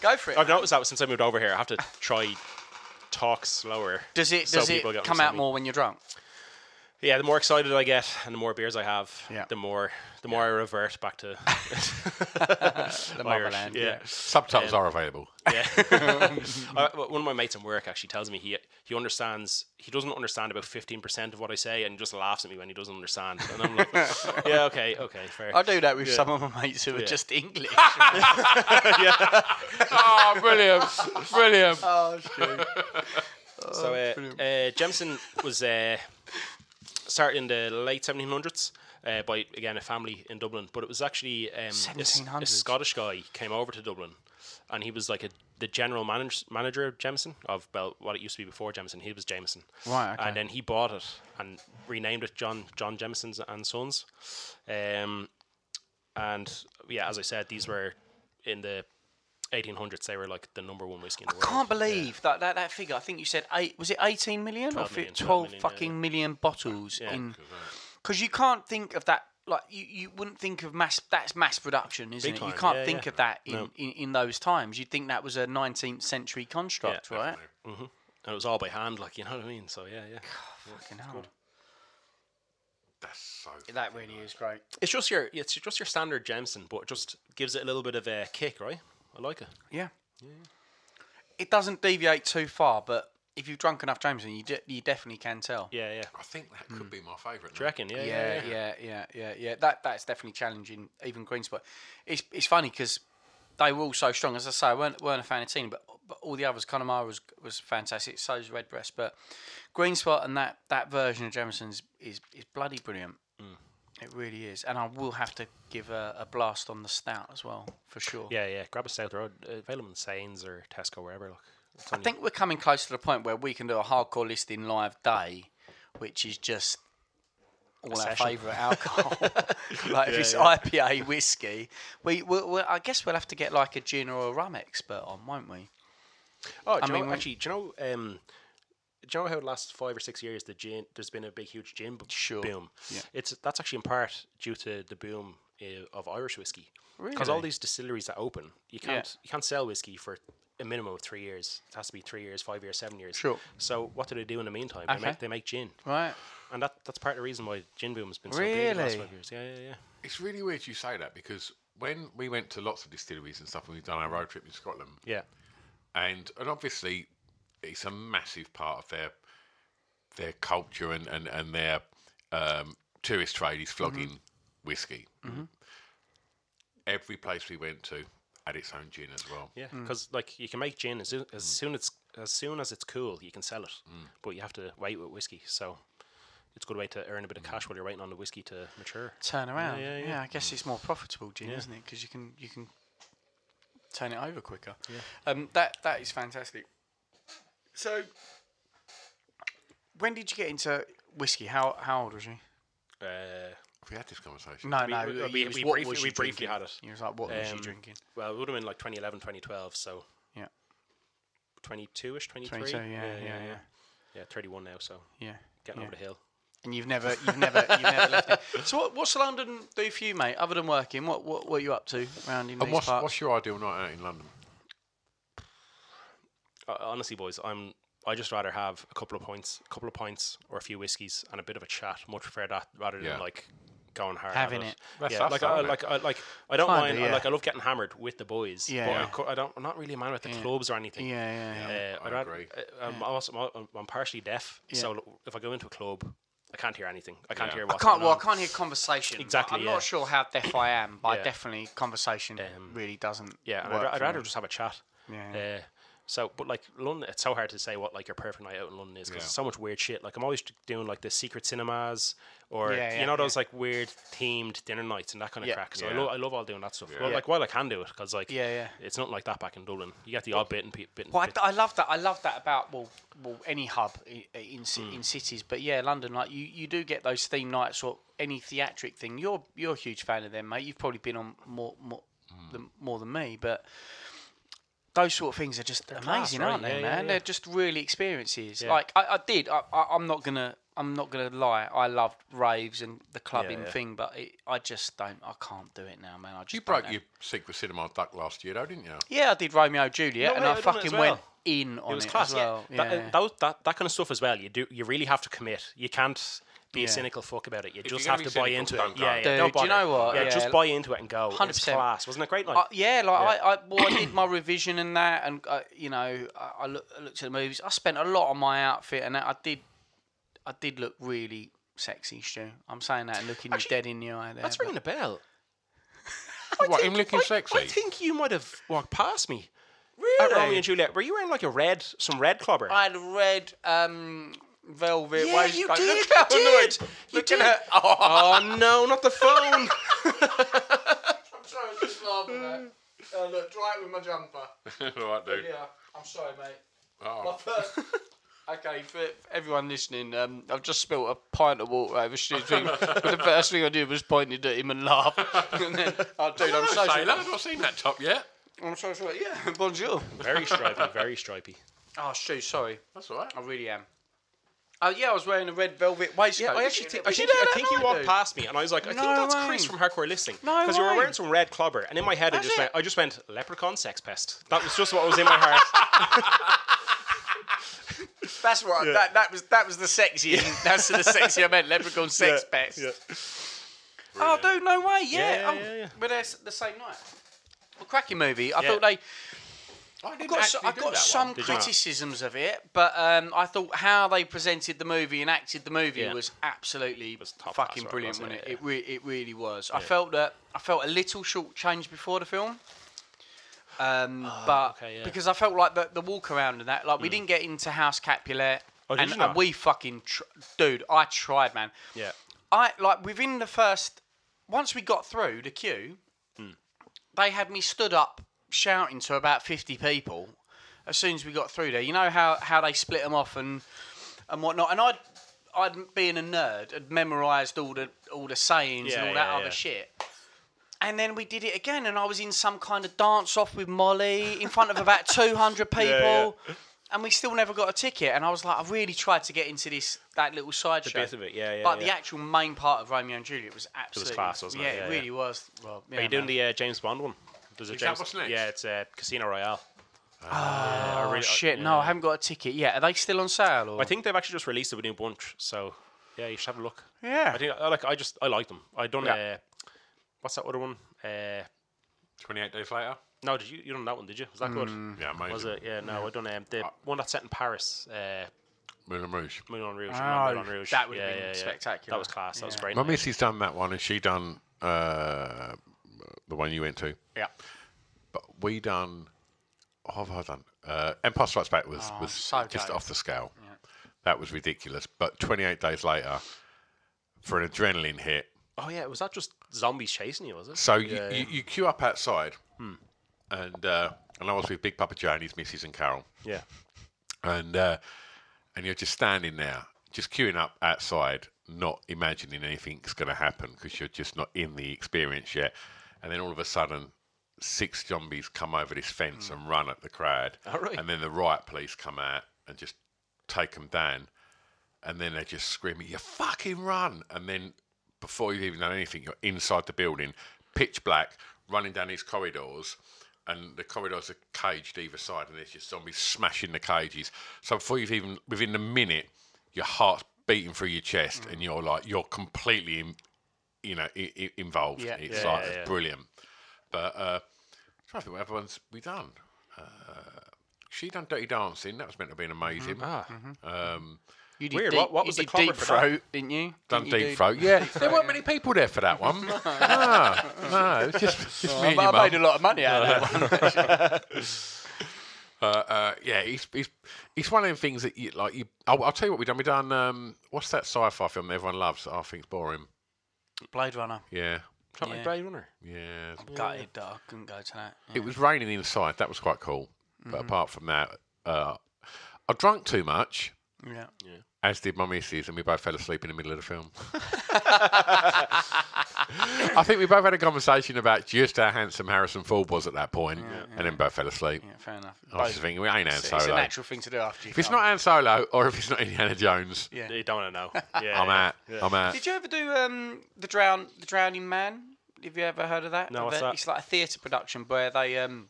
[SPEAKER 3] Go for it.
[SPEAKER 2] I've noticed that since I moved over here, I have to try talk slower.
[SPEAKER 3] does it
[SPEAKER 2] so
[SPEAKER 3] does
[SPEAKER 2] people
[SPEAKER 3] it
[SPEAKER 2] get
[SPEAKER 3] come
[SPEAKER 2] understand
[SPEAKER 3] out
[SPEAKER 2] me.
[SPEAKER 3] more when you're drunk?
[SPEAKER 2] Yeah, the more excited I get and the more beers I have,
[SPEAKER 3] Yeah.
[SPEAKER 2] the more the more I revert back to
[SPEAKER 3] The
[SPEAKER 2] Irish.
[SPEAKER 3] motherland.
[SPEAKER 2] yeah.
[SPEAKER 1] Subtitles are available.
[SPEAKER 2] Yeah. I, well, one of my mates in work actually tells me he he understands he doesn't understand about fifteen percent of what I say and just laughs at me when he doesn't understand. And I'm like, yeah, okay, okay, fair.
[SPEAKER 3] I do that with some of my mates who are just English.
[SPEAKER 1] oh, brilliant. Brilliant.
[SPEAKER 2] So uh, uh, Jemison was uh, started in the late 1700s uh, by again a family in Dublin, but it was actually um, a s- a,
[SPEAKER 3] 1700s.
[SPEAKER 2] Scottish guy came over to Dublin, and he was like a, the general manager manager of Jemison of well, what it used to be before Jemison. He was Jameson,
[SPEAKER 3] Right, okay.
[SPEAKER 2] And then he bought it and renamed it John John Jemison's and Sons. Um, and yeah, as I said, these were in the 1800s. They were like the number one whiskey in the world.
[SPEAKER 3] Can't believe that, that that figure. I think you said eight. Was it eighteen million
[SPEAKER 2] 12
[SPEAKER 3] or
[SPEAKER 2] million,
[SPEAKER 3] million,
[SPEAKER 2] 12
[SPEAKER 3] twelve
[SPEAKER 2] million, yeah,
[SPEAKER 3] fucking million bottles
[SPEAKER 2] Yeah.
[SPEAKER 3] in? Because you can't think of that. Like you, you wouldn't think of mass. That's mass production, isn't
[SPEAKER 2] Big
[SPEAKER 3] it? You
[SPEAKER 2] time,
[SPEAKER 3] can't
[SPEAKER 2] yeah,
[SPEAKER 3] think
[SPEAKER 2] yeah.
[SPEAKER 3] of that in, in, in those times. You'd think that was a nineteenth century construct, right?
[SPEAKER 2] Mm-hmm. and it was all by hand, like you know what I mean. So yeah, yeah.
[SPEAKER 3] Fucking hell.
[SPEAKER 1] That's so.
[SPEAKER 3] That really is great.
[SPEAKER 2] It's just your it's just your standard Jameson, but it just gives it a little bit of a kick, right? I like it.
[SPEAKER 3] Yeah. It doesn't deviate too far, but if you've drunk enough Jameson, you de- you definitely can tell.
[SPEAKER 2] Yeah, yeah.
[SPEAKER 1] I think that could be my favourite.
[SPEAKER 2] Hmm. Do you reckon? Yeah, yeah.
[SPEAKER 3] yeah,
[SPEAKER 2] yeah.
[SPEAKER 3] yeah, yeah, yeah, yeah. That that's definitely challenging. Even green spot. It's it's funny because they were all so strong. As I say, I weren't weren't a fan of Tina, but but all the others. Connemara was was fantastic. So's Redbreast, but green spot and that that version of Jameson's is is bloody brilliant.
[SPEAKER 2] Mm.
[SPEAKER 3] It really is, and I will have to give a, a blast on the stout as well for sure.
[SPEAKER 2] Yeah, yeah. Grab a stout road, uh, available in Sains or Tesco, wherever. Look, It's
[SPEAKER 3] I
[SPEAKER 2] only-
[SPEAKER 3] think we're coming close to the point where we can do a hardcore listing live day, which is just all our
[SPEAKER 2] session.
[SPEAKER 3] favourite alcohol. like if it's IPA whiskey, we, we, we I guess we'll have to get like a gin or a rum expert on, won't we?
[SPEAKER 2] Oh, do
[SPEAKER 3] I
[SPEAKER 2] you
[SPEAKER 3] mean,
[SPEAKER 2] know,
[SPEAKER 3] we-
[SPEAKER 2] actually, do you know? Um, do you know how the last five or six years the gin there's been a big huge gin b-
[SPEAKER 3] Sure.
[SPEAKER 2] boom? Yeah. It's that's actually in part due to the boom uh, of Irish whiskey. Because all
[SPEAKER 3] Really?
[SPEAKER 2] these distilleries that open, you can't you can't sell whiskey for a minimum of three years. It has to be three years, five years, seven years.
[SPEAKER 3] Sure. Uh-huh.
[SPEAKER 2] So what do they do in the meantime? They
[SPEAKER 3] Okay.
[SPEAKER 2] make they make gin.
[SPEAKER 3] Right.
[SPEAKER 2] And that that's part of the reason why gin boom has been so big the last
[SPEAKER 3] Really?
[SPEAKER 2] five years. Yeah, yeah, yeah.
[SPEAKER 1] It's really weird you say that because when we went to lots of distilleries and stuff when we've done our road trip in Scotland,
[SPEAKER 2] Yeah.
[SPEAKER 1] and and obviously it's a massive part of their their culture and and and their um, tourist trade
[SPEAKER 2] Mm-hmm.
[SPEAKER 1] is flogging whiskey. Every place we went to had its own gin as well.
[SPEAKER 2] Yeah, because like you can make gin as, soo- as soon as as soon as it's cool, you can sell it, but you have to wait with whiskey. So it's a good way to earn a bit of cash while you're waiting on the whiskey to mature.
[SPEAKER 3] Turn around. Yeah,
[SPEAKER 2] yeah, yeah.
[SPEAKER 3] I guess it's more profitable gin, isn't it? Because you can you can turn it over quicker. Yeah. Um, that that is fantastic. So, when did you get into whiskey? How how old was you?
[SPEAKER 2] Uh,
[SPEAKER 1] Have we had this conversation?
[SPEAKER 3] No,
[SPEAKER 2] We-
[SPEAKER 3] no.
[SPEAKER 2] we-
[SPEAKER 3] it
[SPEAKER 2] we-
[SPEAKER 3] was
[SPEAKER 2] we
[SPEAKER 3] what
[SPEAKER 2] briefly-
[SPEAKER 3] was you
[SPEAKER 2] we briefly
[SPEAKER 3] drinking.
[SPEAKER 2] had it.
[SPEAKER 3] He was like, "What was you
[SPEAKER 2] Um,
[SPEAKER 3] drinking?"
[SPEAKER 2] well, it would have been like 2011, 2012, so
[SPEAKER 3] Yeah,
[SPEAKER 2] 22 ish, 23.
[SPEAKER 3] 22. Yeah, yeah, yeah, yeah.
[SPEAKER 2] Yeah, 31 now, so getting over the hill.
[SPEAKER 3] And you've never, you've never, you've never left. It. So, what, what's London do for you, mate? Other than working, what, what, what are you up to around in
[SPEAKER 1] And
[SPEAKER 3] these
[SPEAKER 1] what's,
[SPEAKER 3] parts?
[SPEAKER 1] what's your ideal night out in London?
[SPEAKER 2] Uh, honestly, boys, I'm. I just rather have a couple of points, a couple of pints, or a few whiskies, and a bit of a chat. Much prefer that rather than
[SPEAKER 1] Yeah.
[SPEAKER 2] like going hard.
[SPEAKER 3] Having
[SPEAKER 2] at
[SPEAKER 3] it.
[SPEAKER 1] That's
[SPEAKER 2] yeah,
[SPEAKER 1] us,
[SPEAKER 2] like I,
[SPEAKER 1] isn't it?
[SPEAKER 2] like I like I don't
[SPEAKER 3] Kinda,
[SPEAKER 2] mind. I,
[SPEAKER 3] yeah.
[SPEAKER 2] like I love getting hammered with the boys.
[SPEAKER 3] Yeah,
[SPEAKER 2] but I
[SPEAKER 3] yeah.
[SPEAKER 2] co- I, don't. I'm not really a man with the clubs or anything.
[SPEAKER 3] Yeah, yeah,
[SPEAKER 2] Uh,
[SPEAKER 1] I
[SPEAKER 2] I'd rather-
[SPEAKER 1] agree.
[SPEAKER 2] uh, I'm, also, I'm, I'm partially deaf, so if I go into a club, I can't hear anything. I can't
[SPEAKER 1] Yeah.
[SPEAKER 2] hear
[SPEAKER 1] I
[SPEAKER 3] I
[SPEAKER 2] what's
[SPEAKER 3] can't.
[SPEAKER 2] going
[SPEAKER 3] Well, I
[SPEAKER 2] on.
[SPEAKER 3] can't hear conversation.
[SPEAKER 2] Exactly,
[SPEAKER 3] I'm
[SPEAKER 2] yeah.
[SPEAKER 3] not sure how deaf I am, but
[SPEAKER 2] Yeah. Um,
[SPEAKER 3] definitely conversation really doesn't.
[SPEAKER 2] Yeah, and I'd,
[SPEAKER 3] work
[SPEAKER 2] ra- I'd
[SPEAKER 3] for
[SPEAKER 2] rather
[SPEAKER 3] me.
[SPEAKER 2] just have a chat.
[SPEAKER 3] Yeah.
[SPEAKER 2] Uh, so, but like London, it's so hard to say what like your perfect night out in London is because
[SPEAKER 1] Yeah.
[SPEAKER 2] so much weird shit. Like I'm always doing like the secret cinemas or
[SPEAKER 3] Yeah, yeah,
[SPEAKER 2] you know those like weird themed dinner nights and that kind of
[SPEAKER 3] Yeah.
[SPEAKER 2] crack. So I,
[SPEAKER 1] Yeah.
[SPEAKER 2] lo- I love all doing that stuff. Well,
[SPEAKER 3] Yeah.
[SPEAKER 2] like while I can do it because like
[SPEAKER 3] Yeah, yeah.
[SPEAKER 2] it's not like that back in Dublin. You get the odd bit and pe- bit. And
[SPEAKER 3] Well, I,
[SPEAKER 2] bit.
[SPEAKER 3] I love that. I love that about well, well, any hub i- i- in ci-
[SPEAKER 2] Hmm.
[SPEAKER 3] in cities, but yeah, London. Like you, you do get those theme nights or any theatric thing. You're you're a huge fan of them, mate. You've probably been on more more
[SPEAKER 2] Hmm.
[SPEAKER 3] than more than me, but those sort of things are just
[SPEAKER 2] class,
[SPEAKER 3] amazing,
[SPEAKER 2] right?
[SPEAKER 3] aren't they,
[SPEAKER 2] Yeah,
[SPEAKER 3] man?
[SPEAKER 2] yeah, yeah.
[SPEAKER 3] They're just really experiences.
[SPEAKER 2] Yeah.
[SPEAKER 3] Like I, I did. I, I, I'm not gonna. I'm not gonna lie. I loved raves and the clubbing
[SPEAKER 2] yeah.
[SPEAKER 3] thing, but it, I just don't. I can't do it now, man. I just
[SPEAKER 1] You
[SPEAKER 3] don't
[SPEAKER 1] broke
[SPEAKER 3] have-
[SPEAKER 1] your secret cinema duck last year, though, didn't you?
[SPEAKER 3] yeah, I did Romeo and Juliet,
[SPEAKER 2] No,
[SPEAKER 3] and
[SPEAKER 2] mate, I
[SPEAKER 3] I,
[SPEAKER 2] done it as
[SPEAKER 3] fucking
[SPEAKER 2] well.
[SPEAKER 3] went in on
[SPEAKER 2] it was class.
[SPEAKER 3] as well.
[SPEAKER 2] yeah. That, uh, that, that that kind of stuff as well. You do. You really have to commit. You can't be a
[SPEAKER 3] Yeah.
[SPEAKER 2] cynical fuck about it. You
[SPEAKER 1] you're
[SPEAKER 2] just
[SPEAKER 1] gonna
[SPEAKER 2] have
[SPEAKER 1] be
[SPEAKER 2] to buy
[SPEAKER 1] cynical,
[SPEAKER 2] into
[SPEAKER 1] don't
[SPEAKER 2] it.
[SPEAKER 1] go.
[SPEAKER 2] Yeah,
[SPEAKER 3] Dude,
[SPEAKER 2] yeah. don't
[SPEAKER 3] do you
[SPEAKER 2] bother.
[SPEAKER 3] know what?
[SPEAKER 2] Yeah,
[SPEAKER 3] Yeah,
[SPEAKER 2] just
[SPEAKER 3] l-
[SPEAKER 2] buy into it and go. 100 It's
[SPEAKER 3] 100%.
[SPEAKER 2] class. Wasn't it great? Like,
[SPEAKER 3] Uh, yeah, like I, I, well, I did my revision and that, and uh, you know, I, I, look, I looked at the movies. I spent a lot on my outfit, and I did, I did look really sexy, Stu. I'm saying that and looking
[SPEAKER 2] Actually,
[SPEAKER 3] you dead in the eye there.
[SPEAKER 2] That's
[SPEAKER 3] but-
[SPEAKER 2] ringing a bell.
[SPEAKER 1] What, him looking
[SPEAKER 2] I,
[SPEAKER 1] sexy?
[SPEAKER 2] I think you might have walked past me. Really? At Romeo and Juliet, were you wearing like a red, some red clobber?
[SPEAKER 3] I had a red um, velvet
[SPEAKER 2] yeah, you
[SPEAKER 3] waistcoat. Look
[SPEAKER 2] did. you
[SPEAKER 3] how I'm
[SPEAKER 2] did.
[SPEAKER 3] looking.
[SPEAKER 2] You
[SPEAKER 3] Looking
[SPEAKER 2] did.
[SPEAKER 3] at-
[SPEAKER 2] Oh. no, not the phone.
[SPEAKER 3] I'm sorry, I'm just laughing at that. Uh, look, dry it with my jumper.
[SPEAKER 1] All right, dude.
[SPEAKER 3] Yeah, I'm sorry, mate. My
[SPEAKER 1] Oh,
[SPEAKER 3] first. Okay, for everyone listening, um, I've just spilt a pint of water over Stu's thing. but the first thing I did was pointed at him and laugh. and then, oh, dude, I'm so
[SPEAKER 1] Hello, sailor.
[SPEAKER 3] sorry.
[SPEAKER 1] I've not seen that top yet.
[SPEAKER 3] I'm so sorry. Yeah, bonjour.
[SPEAKER 2] very stripy. Very stripy.
[SPEAKER 3] Oh, Stu, sorry.
[SPEAKER 1] That's all right.
[SPEAKER 3] I really am. Oh, yeah, I was wearing a red velvet waistcoat.
[SPEAKER 2] Yeah, I actually think, I
[SPEAKER 3] Did you
[SPEAKER 2] think,
[SPEAKER 3] know
[SPEAKER 2] I
[SPEAKER 3] that
[SPEAKER 2] think you
[SPEAKER 3] night,
[SPEAKER 2] walked
[SPEAKER 3] dude?
[SPEAKER 2] past me, and I was like, I think
[SPEAKER 3] No
[SPEAKER 2] that's
[SPEAKER 3] way.
[SPEAKER 2] Chris from Hardcore Listening.
[SPEAKER 3] No
[SPEAKER 2] Because you were
[SPEAKER 3] way.
[SPEAKER 2] wearing some red clobber, and in my head, I
[SPEAKER 3] That's
[SPEAKER 2] just,
[SPEAKER 3] it.
[SPEAKER 2] went, I just went, leprechaun sex pest. That was just what was in my heart.
[SPEAKER 3] That's right. That, that was that was the sexy. That's the sexy I meant. Leprechaun sex best. Oh, dude, no way. Yeah.
[SPEAKER 2] Yeah,
[SPEAKER 3] oh,
[SPEAKER 2] yeah, yeah, yeah.
[SPEAKER 3] But that's the same night. Well, cracking movie. I
[SPEAKER 2] Yeah.
[SPEAKER 3] thought they.
[SPEAKER 1] I
[SPEAKER 3] I
[SPEAKER 1] didn't
[SPEAKER 3] got, so,
[SPEAKER 1] actually
[SPEAKER 3] I
[SPEAKER 1] do
[SPEAKER 3] got
[SPEAKER 1] that
[SPEAKER 3] some
[SPEAKER 1] one.
[SPEAKER 2] did you not?
[SPEAKER 3] criticisms of it, but um, I thought how they presented the movie and acted the movie
[SPEAKER 2] Yeah.
[SPEAKER 3] was absolutely
[SPEAKER 2] was top
[SPEAKER 3] fucking
[SPEAKER 2] class, right,
[SPEAKER 3] brilliant,
[SPEAKER 2] wasn't
[SPEAKER 3] wasn't it?
[SPEAKER 2] it?
[SPEAKER 3] It, re- it really was. I felt that I felt a little shortchanged before the film, um, but
[SPEAKER 2] Oh, okay, yeah. Mm.
[SPEAKER 3] because I felt like the, the walk around and that, like we didn't get into House Capulet,
[SPEAKER 2] Oh, did
[SPEAKER 3] and,
[SPEAKER 2] you
[SPEAKER 3] and
[SPEAKER 2] not?
[SPEAKER 3] we fucking, tr- dude, I tried, man.
[SPEAKER 2] Yeah.
[SPEAKER 3] I like within the first once we got through the queue,
[SPEAKER 2] Hmm.
[SPEAKER 3] they had me stood up shouting to about fifty people as soon as we got through there. You know how how they split them off and and whatnot, and I'd. I'd being a nerd, had memorised all the all the sayings
[SPEAKER 2] Yeah,
[SPEAKER 3] and all
[SPEAKER 2] yeah,
[SPEAKER 3] that other
[SPEAKER 2] yeah.
[SPEAKER 3] shit. And then we did it again, and I was in some kind of dance off with Molly in front of about two hundred people, and we still never got a ticket. And I was like, I really tried to get into this that little side show.
[SPEAKER 2] bit of it, yeah, yeah,
[SPEAKER 3] Like the
[SPEAKER 2] yeah.
[SPEAKER 3] actual main part of Romeo and Juliet was absolutely
[SPEAKER 2] class, wasn't it?
[SPEAKER 3] Yeah,
[SPEAKER 2] Yeah,
[SPEAKER 3] it
[SPEAKER 2] yeah.
[SPEAKER 3] really was. Rob.
[SPEAKER 2] Are you doing the uh, James Bond one? There's a
[SPEAKER 1] Is that
[SPEAKER 2] James,
[SPEAKER 1] what's next?
[SPEAKER 2] Yeah, it's uh, Casino Royale. Ah,
[SPEAKER 3] Oh shit! No, I haven't got a ticket yet. Are they still on sale? Or?
[SPEAKER 2] uh, I think they've actually just released it with a new bunch, so yeah, you should have a look.
[SPEAKER 3] Yeah.
[SPEAKER 2] I think I like I just I like them. I done
[SPEAKER 3] Yeah.
[SPEAKER 2] uh, what's that other one? Uh,
[SPEAKER 1] 28 days later.
[SPEAKER 2] no, did you you done that one? Did you? Was that
[SPEAKER 3] Mm.
[SPEAKER 2] good?
[SPEAKER 1] Yeah, Uh, amazing.
[SPEAKER 2] Was it? Yeah, no, I done um, the one that's set in Paris. Uh,
[SPEAKER 1] Moulin Rouge.
[SPEAKER 2] Moulin Rouge. not
[SPEAKER 3] Oh,
[SPEAKER 2] Moulin Rouge.
[SPEAKER 3] that would've
[SPEAKER 2] Yeah,
[SPEAKER 3] been
[SPEAKER 2] yeah, yeah.
[SPEAKER 3] spectacular.
[SPEAKER 2] That was class. That was great.
[SPEAKER 1] My missus done that one, and she done uh, the one you went to.
[SPEAKER 2] Yeah.
[SPEAKER 1] But we done. What have I done? Uh, Empire Strikes Back was was
[SPEAKER 3] so
[SPEAKER 1] just
[SPEAKER 3] dope.
[SPEAKER 1] off the scale. That was ridiculous. But 28 days later, for an adrenaline hit.
[SPEAKER 2] Oh yeah, was that just zombies chasing you? Was it?
[SPEAKER 1] So you, You, you queue up outside, Hmm. and uh, and I was with Big Papa Joe and his missus and Carol.
[SPEAKER 2] Yeah.
[SPEAKER 1] and uh, and you're just standing there, just queuing up outside, not imagining anything's going to happen because you're just not in the experience yet. And then all of a sudden, six zombies come over this fence and run at the crowd,
[SPEAKER 2] Alright.
[SPEAKER 1] and then the riot police come out and just take them down. And then they're just screaming, "You fucking run!" And then before you've even done anything, you're inside the building, pitch black, running down these corridors, and the corridors are caged either side, and there's just zombies smashing the cages. So before you've even within the minute, your heart's beating through your chest,
[SPEAKER 2] Mm.
[SPEAKER 1] and you're like you're completely, in, you know, I- I- involved.
[SPEAKER 3] Yeah.
[SPEAKER 1] It's
[SPEAKER 2] Yeah,
[SPEAKER 1] like
[SPEAKER 2] yeah,
[SPEAKER 1] it's
[SPEAKER 2] yeah.
[SPEAKER 1] brilliant. But uh, trying to think what other ones we done.
[SPEAKER 2] Mm-hmm. Ah.
[SPEAKER 1] Uh, she done Dirty Dancing. That was meant to be amazing. Um,
[SPEAKER 3] You did
[SPEAKER 2] Weird,
[SPEAKER 3] Deep,
[SPEAKER 2] what- what was
[SPEAKER 3] you did
[SPEAKER 2] the clobber
[SPEAKER 3] deep
[SPEAKER 2] for that?
[SPEAKER 3] throat, didn't you?
[SPEAKER 1] Done
[SPEAKER 3] Didn't you
[SPEAKER 1] deep
[SPEAKER 3] do-
[SPEAKER 1] throat. Yeah, there weren't many people there for that one. no, no, it was just, just me and your
[SPEAKER 3] Oh, But I made
[SPEAKER 1] mum.
[SPEAKER 3] a lot of money out of that one.
[SPEAKER 1] Uh, uh, yeah, he's, he's he's one of them things that you like. You, I'll, I'll tell you what we done. We done um, what's that sci-fi film that everyone loves? That I think's boring.
[SPEAKER 3] Blade Runner.
[SPEAKER 1] Yeah,
[SPEAKER 2] Something
[SPEAKER 3] Yeah.
[SPEAKER 2] like Blade Runner.
[SPEAKER 1] yeah.
[SPEAKER 3] Gutted that I couldn't go to that. Yeah.
[SPEAKER 1] It was raining inside. That was quite cool.
[SPEAKER 3] Mm-hmm.
[SPEAKER 1] But apart from that, uh, I drank too much,
[SPEAKER 3] Yeah.
[SPEAKER 1] as did my missus, and we both fell asleep in the middle of the film. I think we both had a conversation about just how handsome Harrison Ford was at that point, and then both fell asleep.
[SPEAKER 3] Yeah, fair enough.
[SPEAKER 2] Oh,
[SPEAKER 1] I was just thinking, we ain't Han
[SPEAKER 3] it's, it's a
[SPEAKER 1] Solo.
[SPEAKER 3] natural thing to do after you.
[SPEAKER 1] If it's
[SPEAKER 3] come.
[SPEAKER 1] not Han Solo, or if it's not Indiana Jones,
[SPEAKER 3] Yeah.
[SPEAKER 2] You don't want to know. Yeah,
[SPEAKER 1] I'm
[SPEAKER 2] yeah.
[SPEAKER 1] out. I'm out.
[SPEAKER 3] Did you ever do um, the drown the drowning man? Have you ever heard of that?
[SPEAKER 2] No,
[SPEAKER 3] Of
[SPEAKER 2] what's
[SPEAKER 3] it?
[SPEAKER 2] that?
[SPEAKER 3] It's like a theatre production where they um,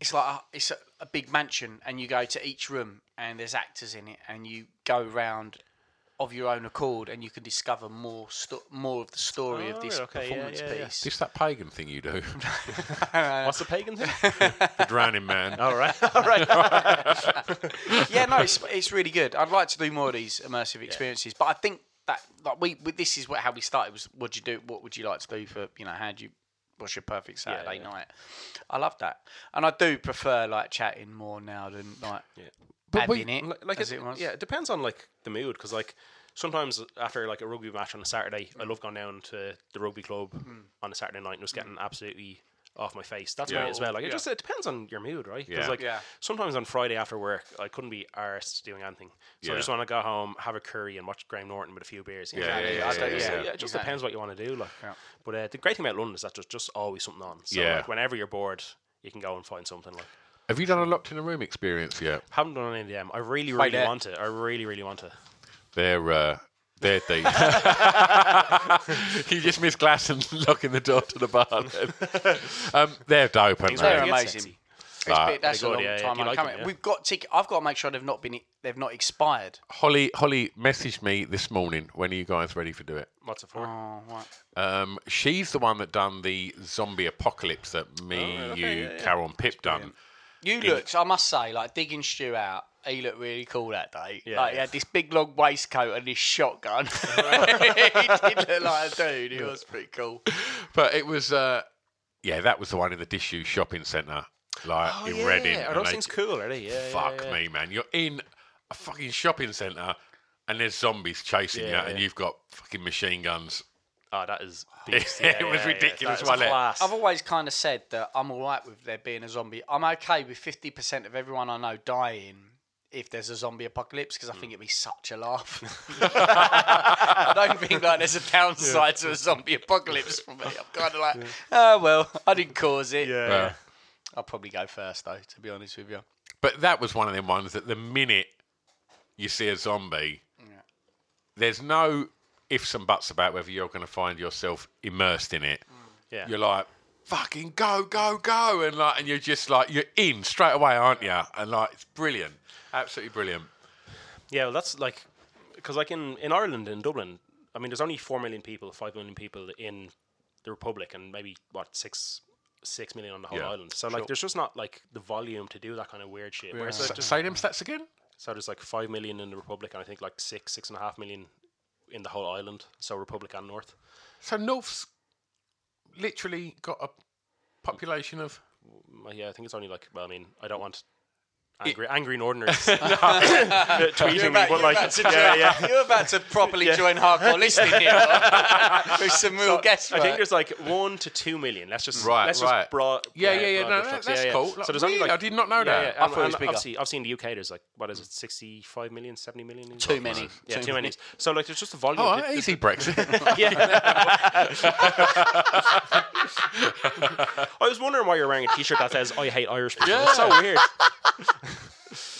[SPEAKER 3] it's like a, it's a, a big mansion, and you go to each room, and there's actors in it, and you go round of your own accord, and you can discover more sto- more of the story of
[SPEAKER 2] Oh,
[SPEAKER 3] this
[SPEAKER 2] okay, yeah,
[SPEAKER 3] performance
[SPEAKER 2] yeah, yeah.
[SPEAKER 3] piece.
[SPEAKER 1] It's that pagan thing you do,
[SPEAKER 2] What's the pagan thing?
[SPEAKER 1] the drowning man.
[SPEAKER 2] All right, all right.
[SPEAKER 3] yeah, no, it's, it's really good. I'd like to do more of these immersive experiences, but I think that like we, we this is what, how we started was what you do, what would you like to do for you know how do you what's your perfect Saturday night? I love that, and I do prefer like chatting more now than like
[SPEAKER 2] But
[SPEAKER 3] having
[SPEAKER 2] we-
[SPEAKER 3] it
[SPEAKER 2] li-
[SPEAKER 3] as it, was.
[SPEAKER 2] Yeah, it depends on like the mood because like sometimes after like a rugby match on a Saturday, I love going down to the rugby club on a Saturday night and just getting absolutely off my face. That's
[SPEAKER 1] Yeah.
[SPEAKER 2] right as well. Like it just it depends on your mood, right? Because
[SPEAKER 1] Yeah.
[SPEAKER 2] like
[SPEAKER 3] Yeah.
[SPEAKER 2] sometimes on Friday after work, I couldn't be arsed doing anything,
[SPEAKER 1] Yeah.
[SPEAKER 2] so I just want to go home, have a curry, and watch Graham Norton with a few beers. you know?
[SPEAKER 1] Yeah, yeah, yeah,
[SPEAKER 2] So
[SPEAKER 1] yeah,
[SPEAKER 2] just-
[SPEAKER 1] yeah.
[SPEAKER 2] It just depends what you want to do. Like, but uh, the great thing about London is that there's just always something on. So
[SPEAKER 1] Yeah.
[SPEAKER 2] like, whenever you're bored, you can go and find something. Like.
[SPEAKER 1] Have you done a locked in a room experience yet?
[SPEAKER 2] Haven't done any of them. I really,
[SPEAKER 3] Right
[SPEAKER 2] really
[SPEAKER 3] there.
[SPEAKER 2] want it. I really, really want it.
[SPEAKER 1] They're uh, they're deep. you just miss glass and locking the door to the bar. Then. Um, they're dope, aren't
[SPEAKER 3] they're
[SPEAKER 1] they?
[SPEAKER 2] Get
[SPEAKER 3] amazing.
[SPEAKER 2] sexy.
[SPEAKER 3] It's
[SPEAKER 1] Ah,
[SPEAKER 3] been- that's
[SPEAKER 2] they
[SPEAKER 3] a
[SPEAKER 2] good,
[SPEAKER 3] long
[SPEAKER 2] yeah, yeah.
[SPEAKER 3] time
[SPEAKER 2] Do you
[SPEAKER 3] I'm
[SPEAKER 2] like
[SPEAKER 3] coming.
[SPEAKER 2] them, yeah?
[SPEAKER 3] We've got tick. I've got to make sure they've not been they've not expired.
[SPEAKER 1] Holly Holly messaged me this morning. When are you guys ready for do it?
[SPEAKER 2] What's it for?
[SPEAKER 3] Oh, right.
[SPEAKER 1] Um, she's the one that done the zombie apocalypse that
[SPEAKER 2] Oh,
[SPEAKER 1] me, you, Carol, and Pip done.
[SPEAKER 3] You looked, I must say, like digging Stu out. He looked really cool that day.
[SPEAKER 2] Yeah,
[SPEAKER 3] like he
[SPEAKER 2] yeah.
[SPEAKER 3] had this big long waistcoat and this shotgun. he did look like a dude. He was pretty cool.
[SPEAKER 1] But it was, uh, yeah, that was the one in the disused shopping centre, like
[SPEAKER 2] Oh,
[SPEAKER 1] in Reading.
[SPEAKER 2] Are
[SPEAKER 1] and
[SPEAKER 2] those
[SPEAKER 1] they-
[SPEAKER 2] things cool? Are they? Yeah. yeah,
[SPEAKER 1] Fuck
[SPEAKER 2] yeah.
[SPEAKER 1] me, man. You're in a fucking shopping centre and there's zombies chasing you
[SPEAKER 2] Yeah,
[SPEAKER 1] and
[SPEAKER 2] yeah.
[SPEAKER 1] you've got fucking machine guns.
[SPEAKER 2] Oh, that is. Beast.
[SPEAKER 1] It was ridiculous,
[SPEAKER 2] That is
[SPEAKER 1] wasn't it?
[SPEAKER 2] class.
[SPEAKER 3] I've always kind of said that I'm all right with there being a zombie. I'm okay with 50% of everyone I know dying if there's a zombie apocalypse because I
[SPEAKER 2] Mm.
[SPEAKER 3] think it'd be such a laugh. I don't think like there's a downside to a zombie apocalypse for me. I'm kind of like, oh, well, I didn't cause it.
[SPEAKER 2] Yeah.
[SPEAKER 1] Uh,
[SPEAKER 3] I'll probably go first, though, to be honest with you.
[SPEAKER 1] But that was one of them ones that the minute you see a zombie, there's no ifs and buts about whether you're going to find yourself immersed in it.
[SPEAKER 2] Yeah.
[SPEAKER 1] You're like, fucking go, go, go. And like, and you're just like, you're in straight away, aren't you? And like, it's brilliant. Absolutely brilliant.
[SPEAKER 2] Yeah, well, that's like, because like in in Ireland in Dublin, I mean, there's only four million people, five million people in the Republic, and maybe what six six million on the whole
[SPEAKER 1] Yeah,
[SPEAKER 2] island. So like, there's just not like the volume to do that kind of weird shit. Whereas
[SPEAKER 1] So,
[SPEAKER 2] like,
[SPEAKER 1] say them stats again.
[SPEAKER 2] so there's like five million in the Republic, and I think like six six and a half million in the whole island. So Republic and North.
[SPEAKER 1] So North's literally got a population of.
[SPEAKER 2] Well, Yeah, I think it's only like. Well, I mean, I don't want angry angry Northerners tweeting me, but like, yeah, yeah.
[SPEAKER 3] You're about to properly join hardcore listening here with some real guesswork.
[SPEAKER 2] I think there's like one to two million. Let's just
[SPEAKER 1] Right,
[SPEAKER 2] Let's
[SPEAKER 1] right.
[SPEAKER 2] just broad.
[SPEAKER 1] Yeah, yeah,
[SPEAKER 2] broad
[SPEAKER 1] yeah, no,
[SPEAKER 2] brush
[SPEAKER 1] that-
[SPEAKER 2] strokes.
[SPEAKER 1] that's cool. Like, really? I did not know
[SPEAKER 2] yeah,
[SPEAKER 1] that.
[SPEAKER 2] Yeah,
[SPEAKER 1] I
[SPEAKER 2] and-
[SPEAKER 1] thought it was
[SPEAKER 2] and
[SPEAKER 1] bigger.
[SPEAKER 2] obviously, obviously in the UK there's like what is it, 65 million, 70 million?
[SPEAKER 3] Too
[SPEAKER 2] in Scotland?
[SPEAKER 3] many.
[SPEAKER 2] Yeah,
[SPEAKER 3] Too
[SPEAKER 2] too many. So like, there's just a volume.
[SPEAKER 1] Oh,
[SPEAKER 2] There's- there's-
[SPEAKER 1] easy Brexit.
[SPEAKER 2] I was wondering why you're wearing a T-shirt that says "I hate Irish people." It's so weird.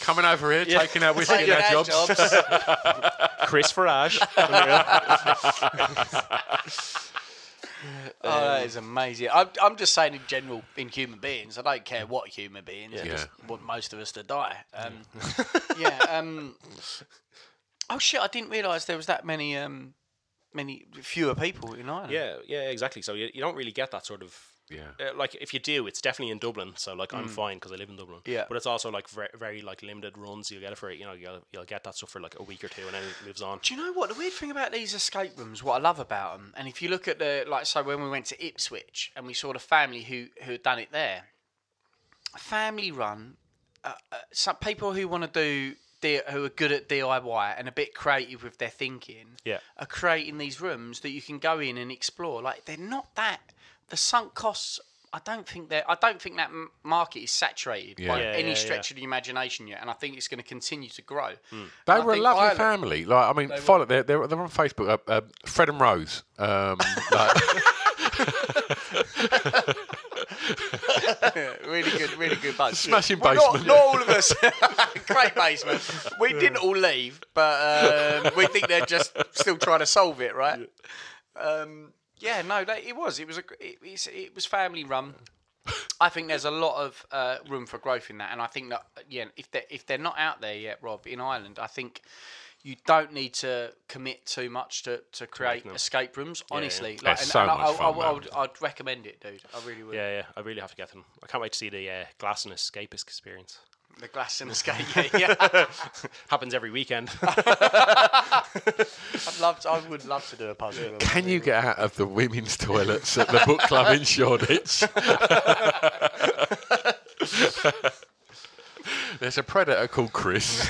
[SPEAKER 1] Coming over here, taking our whiskey and our jobs.
[SPEAKER 2] Chris Farage.
[SPEAKER 3] oh, that is amazing. I'm, I'm just saying in general, in human beings, I don't care what human beings. I
[SPEAKER 1] Yeah.
[SPEAKER 3] just want most of us to die. Um, yeah. Um, oh shit! I didn't realise there was that many, um, many fewer people in Ireland.
[SPEAKER 2] yeah, yeah, exactly. So you, you don't really get that sort of
[SPEAKER 1] Yeah.
[SPEAKER 2] uh, like if you do, it's definitely in Dublin. So like I'm fine because I live in Dublin.
[SPEAKER 3] Yeah.
[SPEAKER 2] But it's also like very, very like limited runs you'll get it for it. You know, you'll, you'll get that stuff for like a week or two and then it lives on.
[SPEAKER 3] Do you know what the weird thing about these escape rooms? What I love about them, and if you look at the like, so when we went to Ipswich and we saw the family who who had done it there, family run, uh, uh, some people who want to do D- who are good at DIY and a bit creative with their thinking,
[SPEAKER 2] Yeah.
[SPEAKER 3] are creating these rooms that you can go in and explore. Like they're not that the sunk costs. I don't think that I don't think that m- market is saturated by
[SPEAKER 2] Yeah,
[SPEAKER 3] any
[SPEAKER 2] yeah,
[SPEAKER 3] stretch of the imagination yet, and I think it's going to continue to grow.
[SPEAKER 2] Hmm.
[SPEAKER 1] They
[SPEAKER 3] And I
[SPEAKER 1] were a
[SPEAKER 3] think
[SPEAKER 1] lovely
[SPEAKER 3] Ireland-
[SPEAKER 1] family. Like, I mean, follow they're, they're they're on Facebook. Uh, uh, Fred and Rose. Um, like-
[SPEAKER 3] really good, really good bunch.
[SPEAKER 1] Smashing
[SPEAKER 3] Well, not-
[SPEAKER 1] basement.
[SPEAKER 3] Not, all of us. Great basement. We didn't all leave, but um, we think they're just still trying to solve it, right? Um, yeah, no, that, it was. It was a. gr- It, it's- it was family run. I think there's a lot of uh, room for growth in that, and I think that yeah, if they are if they're not out there yet, Rob, in Ireland, I think you don't need to commit too much to, to create escape rooms. Honestly,
[SPEAKER 1] It's so
[SPEAKER 3] I-
[SPEAKER 1] much
[SPEAKER 3] I,
[SPEAKER 1] fun,
[SPEAKER 3] I, I,
[SPEAKER 1] man.
[SPEAKER 3] would, I'd recommend it, dude. I really would.
[SPEAKER 2] Yeah, yeah. I really have to get them. I can't wait to see the uh, glass and escapist experience.
[SPEAKER 3] The glass and escape. Yeah, yeah.
[SPEAKER 2] Happens every weekend.
[SPEAKER 3] I'd love to, I would love to do a puzzle. room.
[SPEAKER 1] Can you get out of the women's toilets at the book club in Shoreditch? There's a predator called Chris.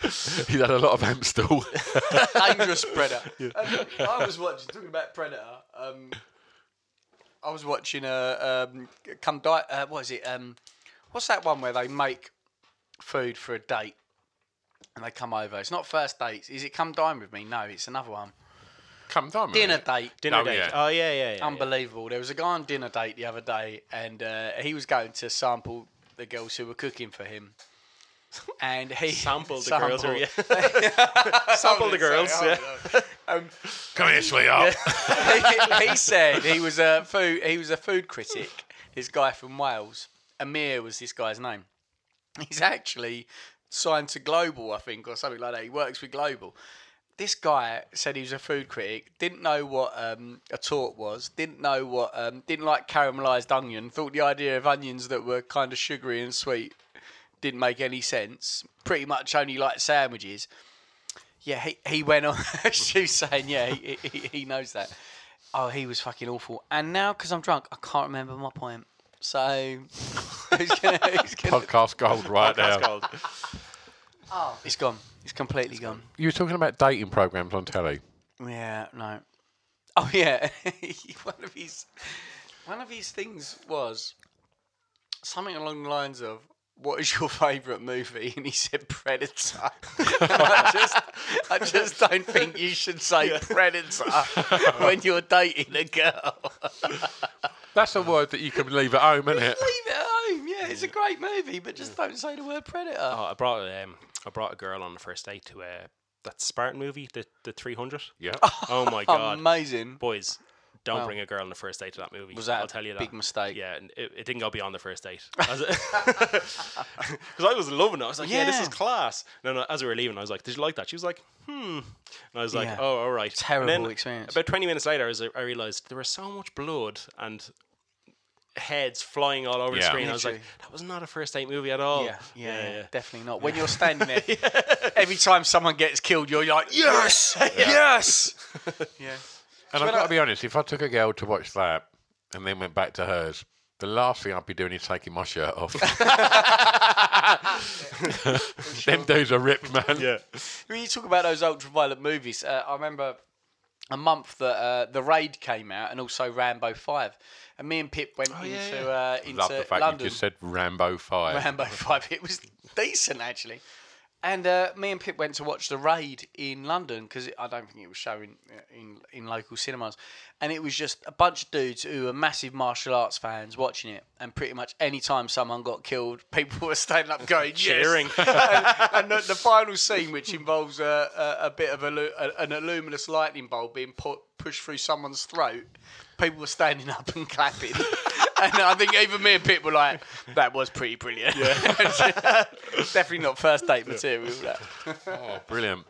[SPEAKER 1] He's had a lot of Amstel.
[SPEAKER 3] Dangerous predator. Um, I was watching talking about predator. Um, I was watching a um, come di- uh, What is it? Um, what's that one where they make food for a date and they come over? It's not first dates. Is it come dine with me? No, it's another one.
[SPEAKER 1] Come down,
[SPEAKER 3] Dinner date.
[SPEAKER 2] Dinner
[SPEAKER 1] Oh,
[SPEAKER 2] date.
[SPEAKER 1] yeah.
[SPEAKER 2] Oh yeah, yeah, yeah.
[SPEAKER 3] Unbelievable. There was a guy on dinner date the other day, and uh, he was going to sample the girls who were cooking for him. And he
[SPEAKER 2] Sample oh, the girls, or-
[SPEAKER 3] sample
[SPEAKER 2] the girls,
[SPEAKER 3] Um,
[SPEAKER 1] Come here, sweetheart.
[SPEAKER 3] he, he said he was a food he was a food critic. This guy from Wales, Amir was this guy's name. He's actually signed to Global, I think, or something like that. He works with Global. This guy said he was a food critic, didn't know what um, a tort was, didn't know what um, didn't like caramelized onion, thought the idea of onions that were kind of sugary and sweet didn't make any sense. Pretty much only liked sandwiches. Yeah, he, he went on. she was saying, yeah, he, he, he knows that. Oh, he was fucking awful. And now, because I'm drunk, I can't remember my point. So, who's gonna, who's gonna,
[SPEAKER 1] Podcast gold right now.
[SPEAKER 2] That's gold.
[SPEAKER 3] it's gone. It's completely gone.
[SPEAKER 1] You were talking about dating programs on telly.
[SPEAKER 3] Yeah, no. Oh yeah, one of his one of his things was something along the lines of "What is your favourite movie?" and he said Predator. I just I just don't think you should say Predator when you're dating a girl.
[SPEAKER 1] That's a word that you can leave at home, isn't it?
[SPEAKER 3] Leave it at home. Yeah, it's a great movie, but just don't say the word Predator.
[SPEAKER 2] Oh, I brought um, I brought a girl on the first date to uh, that Spartan movie, the the 300.
[SPEAKER 1] Yeah.
[SPEAKER 2] Oh my god.
[SPEAKER 3] Amazing.
[SPEAKER 2] boys, don't bring a girl on the first date to that movie.
[SPEAKER 3] Was that
[SPEAKER 2] I'll
[SPEAKER 3] a
[SPEAKER 2] tell you that.
[SPEAKER 3] big mistake?
[SPEAKER 2] Yeah, and it, it didn't go beyond the first date. Because I was loving it. I was like, yeah. this is
[SPEAKER 3] Yeah.
[SPEAKER 2] class. No, no, as we were leaving, I was like, did you like that? She was like, hmm. And I was like,
[SPEAKER 3] Yeah.
[SPEAKER 2] oh, all right. And
[SPEAKER 3] Terrible
[SPEAKER 2] then
[SPEAKER 3] experience.
[SPEAKER 2] About 20 minutes later, as I, I realized there was so much blood and heads flying all over the
[SPEAKER 1] Yeah.
[SPEAKER 2] screen. I was like,
[SPEAKER 3] Literally.
[SPEAKER 2] that was not a first date movie at all.
[SPEAKER 3] Oh, Yeah, yeah, yeah, definitely not. When you're standing there, every time someone gets killed, you're like, yes, yes. yeah.
[SPEAKER 1] And I've got to be honest, if I took a girl to watch that and then went back to hers, the last thing I'd be doing is taking my shirt off. Them dudes are ripped, man. Yeah.
[SPEAKER 3] When you talk about those ultraviolet movies, uh, I remember a month that uh, The Raid came out and also Rambo 5. And me and Pip went into, Uh, into
[SPEAKER 1] Love the fact
[SPEAKER 3] London.
[SPEAKER 1] you just said Rambo 5.
[SPEAKER 3] Rambo 5. It was decent, actually. And uh, me and Pip went to watch The Raid in London because I don't think it was showing in, in local cinemas. And it was just a bunch of dudes who were massive martial arts fans watching it. And pretty much any time someone got killed, people were standing up going,
[SPEAKER 2] Cheering.
[SPEAKER 3] Yes. and, and the, the final scene, which involves a, a, a bit of a, lu- a- an luminous lightning bolt being put, pushed through someone's throat, people were standing up and clapping. and I think even me and Pip were like, that was pretty brilliant. Definitely not first date material. that.
[SPEAKER 1] Oh, brilliant.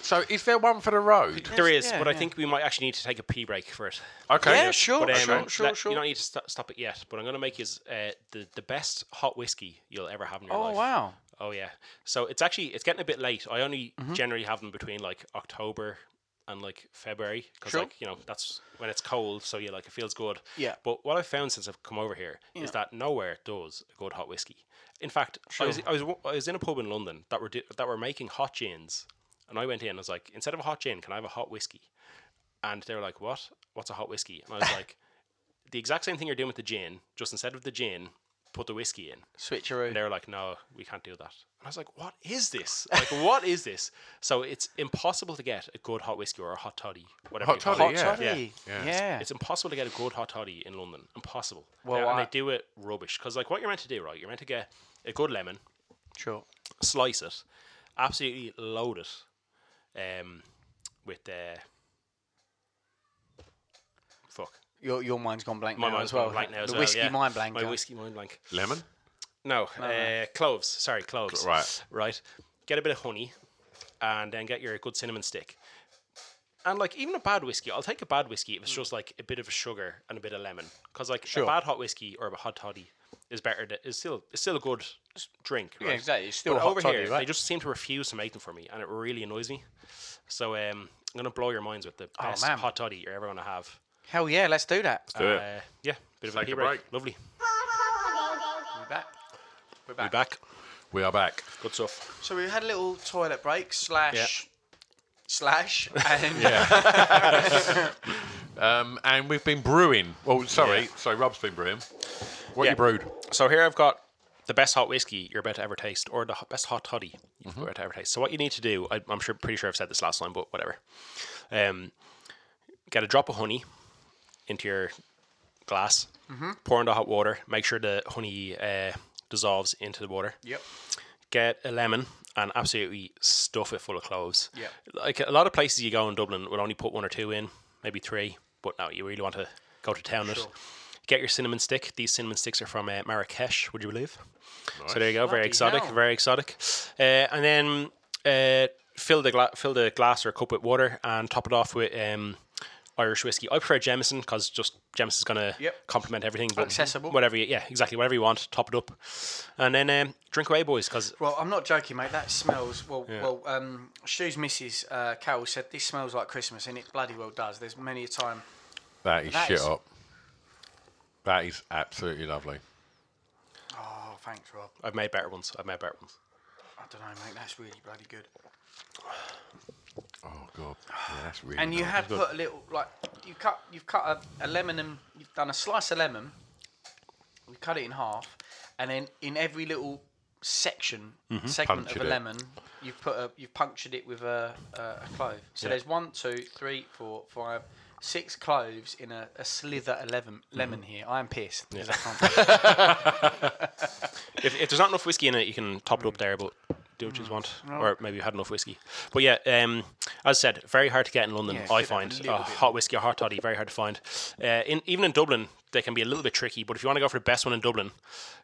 [SPEAKER 1] So is there one for the road?
[SPEAKER 2] There is,
[SPEAKER 3] yeah,
[SPEAKER 2] but I
[SPEAKER 3] yeah.
[SPEAKER 2] think we might actually need to take a pee break for it.
[SPEAKER 1] Okay.
[SPEAKER 3] Yeah, sure,
[SPEAKER 2] but,
[SPEAKER 3] sure, sure,
[SPEAKER 2] let-
[SPEAKER 3] sure.
[SPEAKER 2] You don't need to sto- stop it yet, but I'm going to make is uh, the the best hot whiskey you'll ever have in your
[SPEAKER 3] Oh,
[SPEAKER 2] life.
[SPEAKER 3] wow.
[SPEAKER 2] Oh yeah. So it's actually it's getting a bit late. I only
[SPEAKER 3] Mm-hmm.
[SPEAKER 2] generally have them between like October and like February because
[SPEAKER 3] Sure.
[SPEAKER 2] like you know that's when it's cold, so you like it feels good.
[SPEAKER 3] Yeah.
[SPEAKER 2] But what I've found since I've come over here is that nowhere does a good hot whiskey. In fact, I was I was wa- I was in a pub in London that were do, that were making hot gins, and I went in. I was like, instead of a hot gin, can I have a hot whiskey? And they were like, what? What's a hot whiskey? And I was like, the exact same thing you're doing with the gin, just instead of the gin, put the whiskey in. And they
[SPEAKER 3] Switcheroo.
[SPEAKER 2] were like, no, we can't do that. And I was like, what is this? Like, what is this? So it's impossible to get a good hot whiskey or a hot toddy, whatever.
[SPEAKER 1] Hot
[SPEAKER 2] you call
[SPEAKER 1] toddy,
[SPEAKER 3] Hot
[SPEAKER 2] it.
[SPEAKER 1] yeah.
[SPEAKER 3] toddy.
[SPEAKER 1] Yeah.
[SPEAKER 3] Yeah.
[SPEAKER 2] It's impossible to get a good hot toddy in London. Impossible.
[SPEAKER 3] Well,
[SPEAKER 2] They- and
[SPEAKER 3] I-
[SPEAKER 2] they do it rubbish. Because, like, what you're meant to do, right? You're meant to get a good lemon,
[SPEAKER 3] Sure.
[SPEAKER 2] slice it, absolutely load it um, with Uh, fuck.
[SPEAKER 3] Your, your mind's gone blank
[SPEAKER 2] My
[SPEAKER 3] now
[SPEAKER 2] mind's
[SPEAKER 3] as well.
[SPEAKER 2] gone blank now as
[SPEAKER 3] the
[SPEAKER 2] well,
[SPEAKER 3] whiskey
[SPEAKER 2] yeah.
[SPEAKER 3] mind blank.
[SPEAKER 2] My whiskey mind blank.
[SPEAKER 1] Lemon.
[SPEAKER 2] No, uh, cloves. Sorry, cloves.
[SPEAKER 1] Right.
[SPEAKER 2] Right. Get a bit of honey and then get your good cinnamon stick. And like even a bad whiskey, I'll take a bad whiskey
[SPEAKER 3] Mm.
[SPEAKER 2] if it's just like a bit of sugar and a bit of lemon. Because like a bad hot whiskey or a hot toddy is better. Than, is still is still a good s- drink. Right?
[SPEAKER 3] exactly. It's still a
[SPEAKER 2] but
[SPEAKER 3] hot
[SPEAKER 2] over
[SPEAKER 3] toddy,
[SPEAKER 2] here,
[SPEAKER 3] right?
[SPEAKER 2] they just seem to refuse to make them for me, and it really annoys me. So um, I'm gonna blow your minds with the
[SPEAKER 3] Oh,
[SPEAKER 2] best
[SPEAKER 3] man.
[SPEAKER 2] hot toddy you're ever gonna have.
[SPEAKER 3] Hell yeah, let's do that.
[SPEAKER 1] Do it.
[SPEAKER 2] Uh, yeah, bit of a,
[SPEAKER 1] Take
[SPEAKER 2] pee
[SPEAKER 1] a
[SPEAKER 2] break.
[SPEAKER 1] break.
[SPEAKER 2] Lovely.
[SPEAKER 3] We're back. We're
[SPEAKER 1] We
[SPEAKER 3] back.
[SPEAKER 1] back. We are back.
[SPEAKER 2] Good stuff.
[SPEAKER 3] So we had a little toilet break slash slash and
[SPEAKER 1] Um, and we've been brewing. Well, sorry,
[SPEAKER 2] Yeah.
[SPEAKER 1] so Rob's been brewing. What
[SPEAKER 2] Yeah.
[SPEAKER 1] you brewed?
[SPEAKER 2] So here I've got the best hot whiskey you're about to ever taste, or the ho- best hot toddy you've about to ever taste. So what you need to do, I, I'm sure, pretty sure I've said this last time, but whatever. Um, get a drop of honey into your glass.
[SPEAKER 3] Mm-hmm.
[SPEAKER 2] Pour into hot water. Make sure the honey uh, dissolves into the water.
[SPEAKER 3] Yep.
[SPEAKER 2] Get a lemon and absolutely stuff it full of cloves.
[SPEAKER 3] Yeah.
[SPEAKER 2] Like a lot of places you go in Dublin will only put one or two in, maybe three, but no, you really want to go to town. with It. Get your cinnamon stick. These cinnamon sticks are from uh, Marrakesh. Would you believe? So there you go. Very
[SPEAKER 3] Bloody
[SPEAKER 2] exotic.
[SPEAKER 3] hell.
[SPEAKER 2] Very exotic. Uh, and then uh, fill the gla- fill the glass or cup with water and top it off with um, Irish whiskey. I prefer Jameson because just Jameson's gonna
[SPEAKER 3] Yep.
[SPEAKER 2] complement everything. But
[SPEAKER 3] Accessible.
[SPEAKER 2] Whatever. You, yeah, exactly. Whatever you want, top it up, and then um, drink away, boys. Because
[SPEAKER 3] Well, I'm not joking, mate. That smells well. Well, um, Stu's missus uh, Cal said this smells like Christmas, and it bloody well does. There's many a time.
[SPEAKER 1] That is
[SPEAKER 3] That
[SPEAKER 1] shit
[SPEAKER 3] is-
[SPEAKER 1] up. That is absolutely lovely.
[SPEAKER 3] Oh, thanks, Rob.
[SPEAKER 2] I've made better ones. I've made better ones.
[SPEAKER 3] I don't know, mate. That's really bloody good.
[SPEAKER 1] Oh god, yeah, that's really.
[SPEAKER 3] And you
[SPEAKER 2] Oh,
[SPEAKER 1] nice.
[SPEAKER 3] have put a little like you cut. You've cut a, a lemon, and you've done a slice of lemon. You cut it in half, and then in every little section
[SPEAKER 2] Mm-hmm.
[SPEAKER 3] segment
[SPEAKER 1] Punctured
[SPEAKER 3] of
[SPEAKER 1] it.
[SPEAKER 3] a lemon, you've put a you've punctured it with a a, a clove. So there's one, two, three, four, five, six cloves in a, a slither of lemon.
[SPEAKER 2] Mm-hmm.
[SPEAKER 3] Lemon here. I am pissed. 'cause I can't
[SPEAKER 2] if, if there's not enough whiskey in it, you can top it up there, but do
[SPEAKER 3] Mm.
[SPEAKER 2] what you want. Or maybe you had enough whiskey. But yeah, um, as said, very hard to get in London,
[SPEAKER 3] Yeah,
[SPEAKER 2] I
[SPEAKER 3] should have a
[SPEAKER 2] find.
[SPEAKER 3] little
[SPEAKER 2] A
[SPEAKER 3] bit
[SPEAKER 2] hot whiskey or hot toddy, very hard to find. Uh, in, even in Dublin, they can be a little bit tricky, but if you want to go for the best one in Dublin,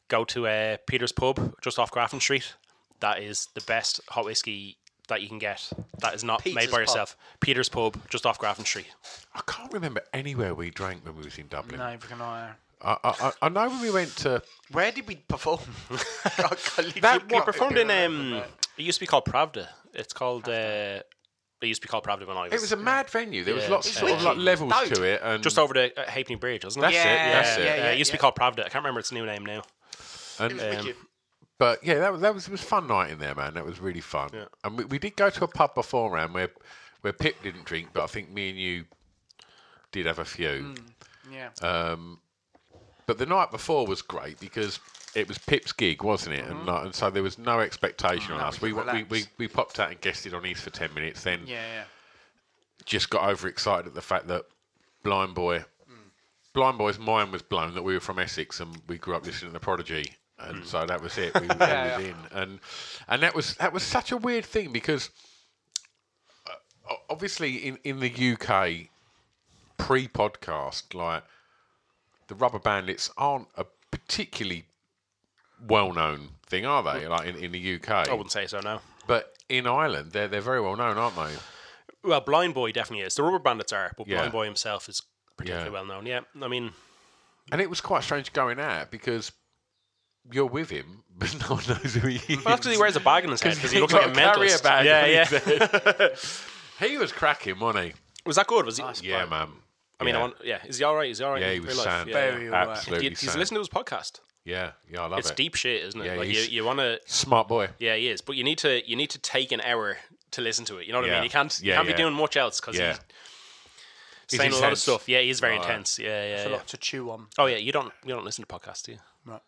[SPEAKER 2] go to uh, Peter's Pub, just off Grafton Street. That is the best hot whiskey that you can get. That is not
[SPEAKER 3] Peter's
[SPEAKER 2] made by
[SPEAKER 3] Pub.
[SPEAKER 2] yourself. Peter's Pub, just off Grafton Street.
[SPEAKER 1] I can't remember anywhere we drank when we was in Dublin.
[SPEAKER 3] No, can I? uh,
[SPEAKER 1] I, I, I I know when we went to.
[SPEAKER 3] Where did we perform? I literally
[SPEAKER 2] That we
[SPEAKER 3] can't
[SPEAKER 2] performed in.
[SPEAKER 3] remember
[SPEAKER 2] Um,
[SPEAKER 3] that.
[SPEAKER 2] it used to be called Pravda. It's called. Uh, it used to be called Pravda when I was.
[SPEAKER 1] It
[SPEAKER 3] uh,
[SPEAKER 1] was a mad venue. There was
[SPEAKER 2] Yeah.
[SPEAKER 1] lots
[SPEAKER 2] It's
[SPEAKER 1] sort of like
[SPEAKER 3] wicked.
[SPEAKER 1] levels
[SPEAKER 3] Dude.
[SPEAKER 1] to it, and
[SPEAKER 2] just over the uh, Halfpenny Bridge, wasn't
[SPEAKER 1] That's
[SPEAKER 2] it?
[SPEAKER 1] it. That's
[SPEAKER 2] Yeah,
[SPEAKER 1] it.
[SPEAKER 2] yeah,
[SPEAKER 3] yeah,
[SPEAKER 2] it used to
[SPEAKER 3] yeah.
[SPEAKER 2] be called Pravda. I can't remember its new name now.
[SPEAKER 1] And,
[SPEAKER 2] um,
[SPEAKER 3] It was wicked.
[SPEAKER 1] But yeah, that was that was, it was a fun night in there, man. That was really fun. And we, we did go to a pub beforehand where where Pip didn't drink, but I think me and you did have a few.
[SPEAKER 3] Mm,
[SPEAKER 1] Um,
[SPEAKER 3] yeah.
[SPEAKER 1] But the night before was great because it was Pip's gig, wasn't it? And, like, and so there was no expectation on us.
[SPEAKER 3] Mm-hmm. Oh, we
[SPEAKER 1] We,
[SPEAKER 3] could
[SPEAKER 1] wa- we, we
[SPEAKER 3] relax.
[SPEAKER 1] we popped out and guested on East for ten minutes, then
[SPEAKER 3] yeah, yeah.
[SPEAKER 1] just got overexcited at the fact that Blind Boy, Blind Boy's mind was blown that we were from Essex and we grew up listening to the Prodigy, and so that was it. We, we was in, and and that was that was such a weird thing because uh, o- obviously in in the UK pre-podcast like the rubber bandits aren't a particularly well-known thing, are they? Like in, in the UK,
[SPEAKER 2] Oh, I wouldn't say so now.
[SPEAKER 1] But in Ireland, they're they're very well known, aren't they?
[SPEAKER 2] Well, Blind Boy definitely is. The Rubber Bandits are, but
[SPEAKER 1] Yeah.
[SPEAKER 2] Blind Boy himself is particularly
[SPEAKER 1] Yeah.
[SPEAKER 2] well known. Yeah, I mean,
[SPEAKER 1] And it was quite strange going out because you're with him, but no one knows who he is.
[SPEAKER 2] well, after he wears a bag in his head because he
[SPEAKER 1] he's
[SPEAKER 2] looks like a
[SPEAKER 1] got a carrier
[SPEAKER 2] mentalist.
[SPEAKER 1] bag
[SPEAKER 2] yeah,
[SPEAKER 1] on his
[SPEAKER 2] yeah.
[SPEAKER 1] he was cracking, wasn't
[SPEAKER 2] was that good? Was he?
[SPEAKER 1] he? Yeah, man.
[SPEAKER 2] I mean,
[SPEAKER 1] yeah.
[SPEAKER 2] I want, yeah. Is he all right? Is he all right?
[SPEAKER 1] yeah,
[SPEAKER 2] in
[SPEAKER 1] he
[SPEAKER 2] real
[SPEAKER 1] was
[SPEAKER 2] life?
[SPEAKER 1] sound.
[SPEAKER 2] Yeah, yeah.
[SPEAKER 3] Very well.
[SPEAKER 1] Absolutely
[SPEAKER 2] You- He's
[SPEAKER 1] sound.
[SPEAKER 2] listened to his podcast.
[SPEAKER 1] Yeah, yeah, I love
[SPEAKER 2] it's
[SPEAKER 1] it.
[SPEAKER 2] deep shit, isn't it?
[SPEAKER 1] Yeah,
[SPEAKER 2] like you,
[SPEAKER 1] he's-
[SPEAKER 2] you want to.
[SPEAKER 1] Smart boy.
[SPEAKER 2] Yeah, he is. But you need to you need to take an hour to listen to it. You know what
[SPEAKER 1] Yeah.
[SPEAKER 2] I mean? You can't you
[SPEAKER 1] Yeah,
[SPEAKER 2] can't
[SPEAKER 1] yeah.
[SPEAKER 2] be doing much else because
[SPEAKER 1] Yeah.
[SPEAKER 2] he's saying a lot of
[SPEAKER 1] intense.
[SPEAKER 2] stuff. Oh, Yeah, he's very
[SPEAKER 1] Right.
[SPEAKER 2] intense. Yeah, yeah.
[SPEAKER 3] It's a
[SPEAKER 2] yeah.
[SPEAKER 3] lot to chew on.
[SPEAKER 2] Oh yeah, you don't you don't listen to podcasts, do you?
[SPEAKER 3] Right.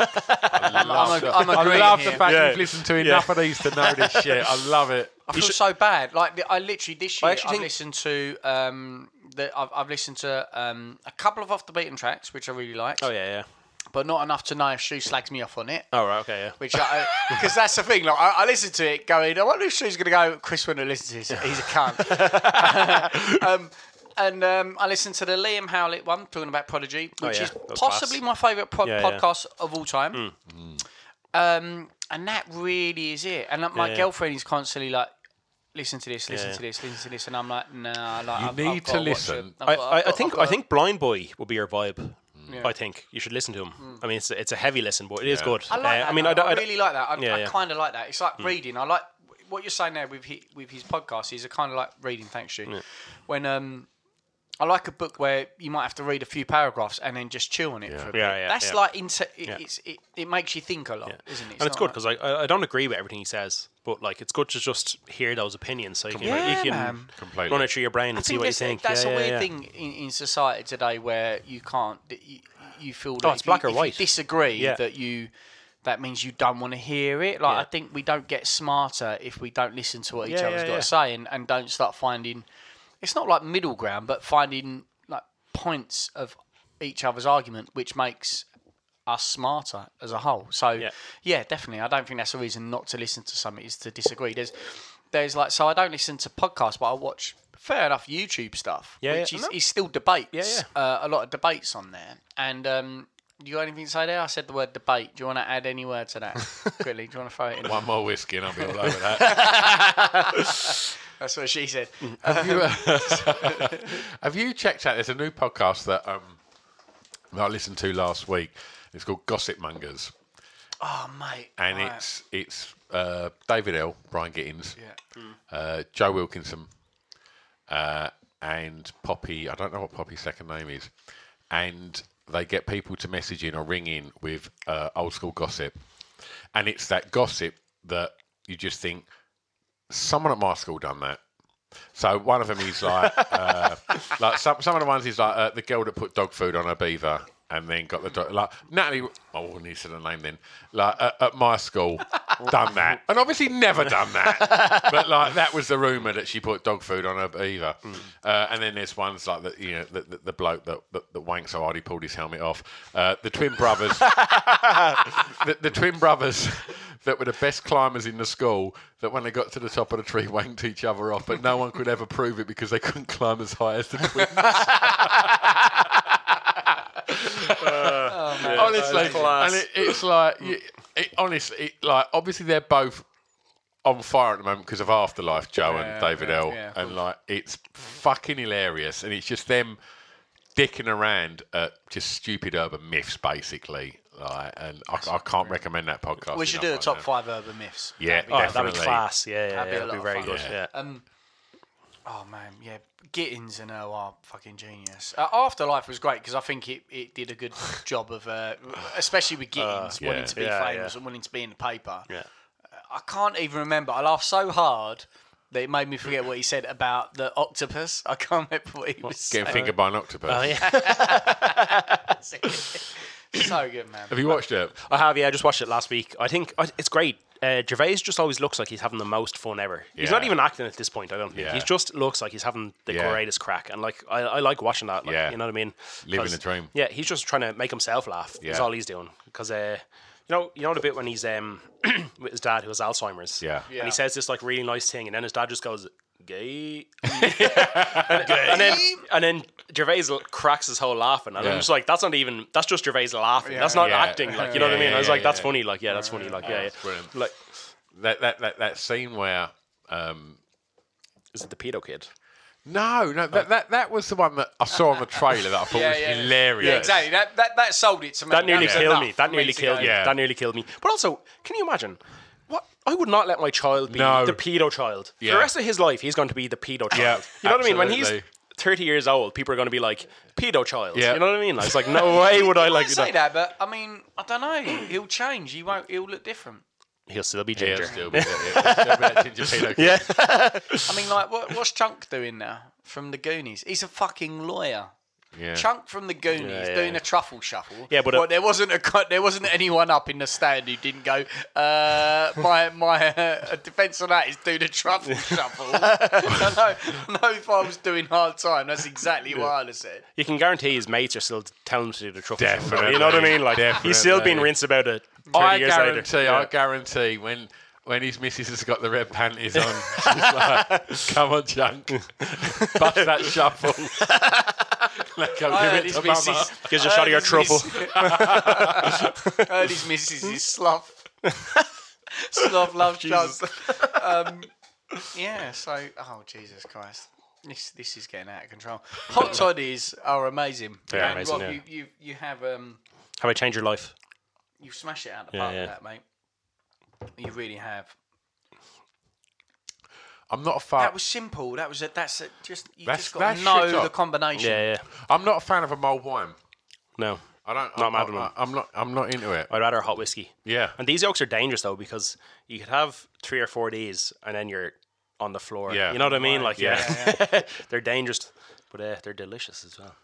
[SPEAKER 1] I'm,
[SPEAKER 3] I'm a- I'm
[SPEAKER 1] I
[SPEAKER 3] agreeing
[SPEAKER 1] love the
[SPEAKER 3] here.
[SPEAKER 1] fact
[SPEAKER 2] Yeah.
[SPEAKER 1] you've listened to enough of these to know this shit. I love it.
[SPEAKER 3] I feel so bad. Like the- I literally this
[SPEAKER 2] I
[SPEAKER 3] year I
[SPEAKER 2] actually
[SPEAKER 3] have
[SPEAKER 2] think-
[SPEAKER 3] listened to um, the, I've, I've listened to um, a couple of off the beaten tracks which I really liked,
[SPEAKER 2] Oh yeah, yeah.
[SPEAKER 3] but not enough to know if Shoe slags me off on it.
[SPEAKER 2] Oh right, okay, yeah.
[SPEAKER 3] Which I because that's the thing. Like I, I listened to it going. I wonder if Shoe's going to go. Chris wouldn't have listened to this. He's a cunt. um, and um, I listened to the Liam Howlett one talking about Prodigy, which
[SPEAKER 2] Oh, yeah.
[SPEAKER 3] is
[SPEAKER 2] That was
[SPEAKER 3] possibly
[SPEAKER 2] class.
[SPEAKER 3] my favourite pod-
[SPEAKER 2] Yeah, Hmm. yeah.
[SPEAKER 3] podcast of all time. Um, and that really is it. And like, my
[SPEAKER 2] Yeah.
[SPEAKER 3] girlfriend is constantly like. Listen to this, listen
[SPEAKER 2] Yeah.
[SPEAKER 3] to this, listen to this, and I'm like, nah. Like,
[SPEAKER 1] You
[SPEAKER 3] I've,
[SPEAKER 1] need
[SPEAKER 3] I've
[SPEAKER 1] to
[SPEAKER 3] gotta watch it.
[SPEAKER 1] listen.
[SPEAKER 3] I've
[SPEAKER 2] I,
[SPEAKER 3] got-
[SPEAKER 2] I,
[SPEAKER 3] I've
[SPEAKER 2] I
[SPEAKER 3] got-
[SPEAKER 2] think
[SPEAKER 3] I've
[SPEAKER 2] I
[SPEAKER 3] got- Mm.
[SPEAKER 2] think Blind Boy will be your vibe. I think you should listen to him. I mean, it's a, it's a heavy listen, but it is good.
[SPEAKER 3] I like
[SPEAKER 2] Uh,
[SPEAKER 3] that.
[SPEAKER 2] I mean,
[SPEAKER 3] though.
[SPEAKER 2] I, don't,
[SPEAKER 3] I
[SPEAKER 2] I don't-
[SPEAKER 3] really like that. I,
[SPEAKER 2] Yeah, Hmm.
[SPEAKER 3] I
[SPEAKER 2] yeah.
[SPEAKER 3] kind of like that. It's like reading. I like what you're saying there with his, with his podcast. Is I kind of like reading. Thanks, you. When um, I like a book where you might have to read a few paragraphs and then just chew on it for a bit.
[SPEAKER 2] Yeah, yeah,
[SPEAKER 3] That's
[SPEAKER 2] yeah.
[SPEAKER 3] like into, it, it's, it, it makes you think a lot, isn't it?
[SPEAKER 2] and
[SPEAKER 3] not
[SPEAKER 2] it's good
[SPEAKER 3] like-
[SPEAKER 2] because I, I I don't agree with everything he says, but like it's good to just hear those opinions so you can
[SPEAKER 3] Completely. Yeah,
[SPEAKER 2] you can
[SPEAKER 3] man.
[SPEAKER 1] Completely.
[SPEAKER 2] run it through your brain and
[SPEAKER 3] I
[SPEAKER 2] see what you
[SPEAKER 3] that's,
[SPEAKER 2] think.
[SPEAKER 3] That's
[SPEAKER 2] Yeah,
[SPEAKER 3] a
[SPEAKER 2] yeah,
[SPEAKER 3] weird
[SPEAKER 2] yeah.
[SPEAKER 3] thing in, in society today where you can't. that You, you feel that
[SPEAKER 2] Oh, it's
[SPEAKER 3] if
[SPEAKER 2] black
[SPEAKER 3] you,
[SPEAKER 2] or
[SPEAKER 3] if you
[SPEAKER 2] white.
[SPEAKER 3] disagree,
[SPEAKER 2] Yeah.
[SPEAKER 3] that you that means you don't want to hear it. Like
[SPEAKER 2] Yeah.
[SPEAKER 3] I think we don't get smarter if we don't listen to what each
[SPEAKER 2] Yeah,
[SPEAKER 3] other's
[SPEAKER 2] yeah,
[SPEAKER 3] got
[SPEAKER 2] yeah.
[SPEAKER 3] to say and, and don't start finding. It's not like middle ground, but finding like points of each other's argument, which makes us smarter as a whole. So yeah, definitely. I don't think that's a reason not to listen to something is to disagree. There's there's like so I don't listen to podcasts, but I watch fair enough YouTube stuff,
[SPEAKER 2] Yeah,
[SPEAKER 3] which
[SPEAKER 2] yeah.
[SPEAKER 3] is,
[SPEAKER 2] No.
[SPEAKER 3] is still debates.
[SPEAKER 2] Yeah,
[SPEAKER 3] Uh, a lot of debates on there. And um, you got anything to say there? I said the word debate. Do you want to add any word to that quickly? Do you want to throw it in?
[SPEAKER 1] One more whiskey and I'll be all over that.
[SPEAKER 3] That's what she said.
[SPEAKER 1] Have you, uh, have you checked out? There's a new podcast that, um, that I listened to last week. It's called Gossip Mongers.
[SPEAKER 3] oh mate,
[SPEAKER 1] and
[SPEAKER 3] Right.
[SPEAKER 1] it's it's uh, David L, Brian Gittins, uh, Joe Wilkinson, uh, and Poppy. I don't know what Poppy's second name is, and they get people to message in or ring in with uh, old school gossip, and it's that gossip that you just think someone at my school done that. So one of them is like, uh, like some some of the ones is like uh, the girl that put dog food on her beaver and then got the dog. Like Natalie, oh, I wouldn't need to say the name then. Like uh, at my school, done that, and obviously never done that. But like that was the rumor that she put dog food on her beaver. Uh, and then there's ones like the you know the, the, the bloke that, that that wanked so hard he pulled his helmet off. Uh, the twin brothers the, the twin brothers that were the best climbers in the school that when they got to the top of the tree wanked each other off but no one could ever prove it because they couldn't climb as high as the twins honestly and it, it's like you, it, honestly it, like obviously they're both on fire at the moment because of afterlife joe and david l
[SPEAKER 3] yeah, of
[SPEAKER 1] and like it's fucking hilarious and it's just them dicking around at just stupid urban myths basically like and i, I can't recommend that podcast
[SPEAKER 3] we
[SPEAKER 1] enough
[SPEAKER 3] should do the
[SPEAKER 1] right
[SPEAKER 3] top
[SPEAKER 1] now.
[SPEAKER 3] five urban myths.
[SPEAKER 1] yeah
[SPEAKER 2] Oh, that'd be
[SPEAKER 1] definitely
[SPEAKER 2] class. Yeah, yeah,
[SPEAKER 3] That'd be
[SPEAKER 2] yeah.
[SPEAKER 3] a
[SPEAKER 2] That'd be,
[SPEAKER 3] lot of
[SPEAKER 2] very
[SPEAKER 3] fun.
[SPEAKER 2] good. Yeah.
[SPEAKER 3] Um, oh man, yeah, Gittins and her are fucking genius. Uh, Afterlife was great because I think it, it did a good job of, uh, especially with Gittins wanting
[SPEAKER 1] yeah.
[SPEAKER 3] to be
[SPEAKER 2] Uh, Yeah,
[SPEAKER 3] famous
[SPEAKER 2] yeah.
[SPEAKER 3] and wanting to be in the paper. Uh,
[SPEAKER 2] Yeah.
[SPEAKER 3] I can't even remember. I laughed so hard that it made me forget what he said about the octopus. I can't remember what he was
[SPEAKER 1] Getting
[SPEAKER 3] saying.
[SPEAKER 1] fingered by an octopus.
[SPEAKER 3] Uh,
[SPEAKER 2] Oh yeah,
[SPEAKER 3] so good, man.
[SPEAKER 1] Have you watched it?
[SPEAKER 2] I have. Yeah, I just watched it last week. I think I, it's great. Uh, Gervais just always looks like he's having the most fun ever. He's not
[SPEAKER 1] Yeah.
[SPEAKER 2] even acting at this point. I don't think
[SPEAKER 1] Yeah.
[SPEAKER 2] he just looks like he's having the
[SPEAKER 1] Yeah.
[SPEAKER 2] greatest crack. And like I, I like watching that. Like,
[SPEAKER 1] Yeah.
[SPEAKER 2] you know what I mean.
[SPEAKER 1] Living
[SPEAKER 2] 'Cause-
[SPEAKER 1] the dream.
[SPEAKER 2] Yeah, he's just trying to make himself laugh.
[SPEAKER 1] Yeah.
[SPEAKER 2] That's all he's doing. Because uh, you know, you know the bit when he's um with his dad who has Alzheimer's.
[SPEAKER 1] Yeah.
[SPEAKER 2] And
[SPEAKER 3] Yeah.
[SPEAKER 2] he says this like really nice thing, and then his dad just goes. Gay. and, and then and then Gervais l- cracks his whole laughing, and
[SPEAKER 1] Yeah.
[SPEAKER 2] I'm just like, that's not even that's just Gervais laughing. That's not
[SPEAKER 1] Yeah.
[SPEAKER 2] acting. Like you know what I
[SPEAKER 1] Yeah,
[SPEAKER 2] mean? I was
[SPEAKER 1] yeah,
[SPEAKER 2] like, that's
[SPEAKER 1] yeah.
[SPEAKER 2] funny. Like yeah, that's funny. Like yeah, yeah.
[SPEAKER 1] brilliant.
[SPEAKER 2] like
[SPEAKER 1] that that that, that scene where um,
[SPEAKER 2] Is it the pedo kid?
[SPEAKER 1] no, no, that, that that was the one that I saw on the trailer that I thought was hilarious.
[SPEAKER 3] Uh. Yeah, exactly. That, that that sold it to me.
[SPEAKER 2] That nearly
[SPEAKER 3] was
[SPEAKER 2] killed
[SPEAKER 3] enough
[SPEAKER 2] me.
[SPEAKER 3] for
[SPEAKER 2] That nearly
[SPEAKER 3] to
[SPEAKER 2] killed
[SPEAKER 3] go,
[SPEAKER 2] me.
[SPEAKER 1] Yeah.
[SPEAKER 2] That nearly killed me. But also, can you imagine? What I would not let my child be
[SPEAKER 1] No.
[SPEAKER 2] the pedo child. For
[SPEAKER 1] Yeah.
[SPEAKER 2] the rest of his life, he's going to be the pedo child.
[SPEAKER 1] Yeah,
[SPEAKER 2] you know what I mean? When he's
[SPEAKER 1] absolutely.
[SPEAKER 2] thirty years old, people are going to be like pedo child.
[SPEAKER 1] Yeah.
[SPEAKER 2] You know what I mean? Like, it's like no way would I
[SPEAKER 3] I
[SPEAKER 2] like
[SPEAKER 3] say that, but I mean, I don't know. He'll change. He won't. He'll look different.
[SPEAKER 2] He'll still be
[SPEAKER 1] Yeah,
[SPEAKER 2] ginger.
[SPEAKER 1] still be- yeah, yeah, still be that ginger pedo kid.
[SPEAKER 2] Yeah.
[SPEAKER 3] I mean, like, what, what's Chunk doing now from the Goonies? He's a fucking lawyer.
[SPEAKER 1] Yeah.
[SPEAKER 3] Chunk from the Goonies
[SPEAKER 2] yeah.
[SPEAKER 3] doing a truffle shuffle.
[SPEAKER 2] Yeah, but, uh,
[SPEAKER 3] there wasn't a co- there wasn't anyone up in the stand who didn't go. Uh, my my uh, defense on that is do the truffle shuffle. I know, I know if I was doing hard time, that's exactly what I'd have said.
[SPEAKER 2] You can guarantee his mates are still telling him to do the truffle. shuffle.
[SPEAKER 1] Definitely.
[SPEAKER 2] You know what I mean? Like he's still being
[SPEAKER 1] Definitely.
[SPEAKER 2] rinsed about it. 30
[SPEAKER 1] Oh, I
[SPEAKER 2] years
[SPEAKER 1] guarantee,
[SPEAKER 2] later.
[SPEAKER 1] I guarantee when when his missus has got the red panties on, she's like, "Come on, junk, bust that shuffle." Like, "Go
[SPEAKER 3] I
[SPEAKER 1] give
[SPEAKER 3] heard
[SPEAKER 1] it
[SPEAKER 3] his
[SPEAKER 1] to
[SPEAKER 3] missus-
[SPEAKER 1] mama.
[SPEAKER 2] Gives
[SPEAKER 3] I
[SPEAKER 2] a
[SPEAKER 3] heard
[SPEAKER 2] shot of your
[SPEAKER 3] his
[SPEAKER 2] truffle.
[SPEAKER 3] miss- I heard his missus is sloth. sloth loves drugs. Um, yeah, so oh Jesus Christ. This this is getting out of control. Hot toddies are amazing.
[SPEAKER 2] They are
[SPEAKER 3] And
[SPEAKER 2] amazing,
[SPEAKER 3] Rob,
[SPEAKER 2] yeah.
[SPEAKER 3] you, you you have um
[SPEAKER 2] Have I changed your life?
[SPEAKER 3] you smash it out of the
[SPEAKER 2] Yeah,
[SPEAKER 3] park
[SPEAKER 2] yeah.
[SPEAKER 3] with that, mate. You really have.
[SPEAKER 1] I'm not a fan.
[SPEAKER 3] That was simple. That was a, that's a, just you
[SPEAKER 1] That's-
[SPEAKER 3] just got
[SPEAKER 1] that's
[SPEAKER 3] to know
[SPEAKER 1] shit up.
[SPEAKER 3] the combination.
[SPEAKER 2] Yeah, yeah.
[SPEAKER 1] I'm not a fan of a mulled wine.
[SPEAKER 2] No.
[SPEAKER 1] I don't.
[SPEAKER 2] Not
[SPEAKER 1] I'm,
[SPEAKER 2] mad
[SPEAKER 1] I'm,
[SPEAKER 2] at all.
[SPEAKER 1] I'm not. I'm not into it.
[SPEAKER 2] I'd rather a hot whiskey.
[SPEAKER 1] Yeah.
[SPEAKER 2] And these yolks are dangerous though because you could have three or four of these and then you're on the floor.
[SPEAKER 1] Yeah.
[SPEAKER 2] You know what I mean? Like yeah,
[SPEAKER 1] Yeah.
[SPEAKER 2] they're dangerous, but uh, they're delicious as well.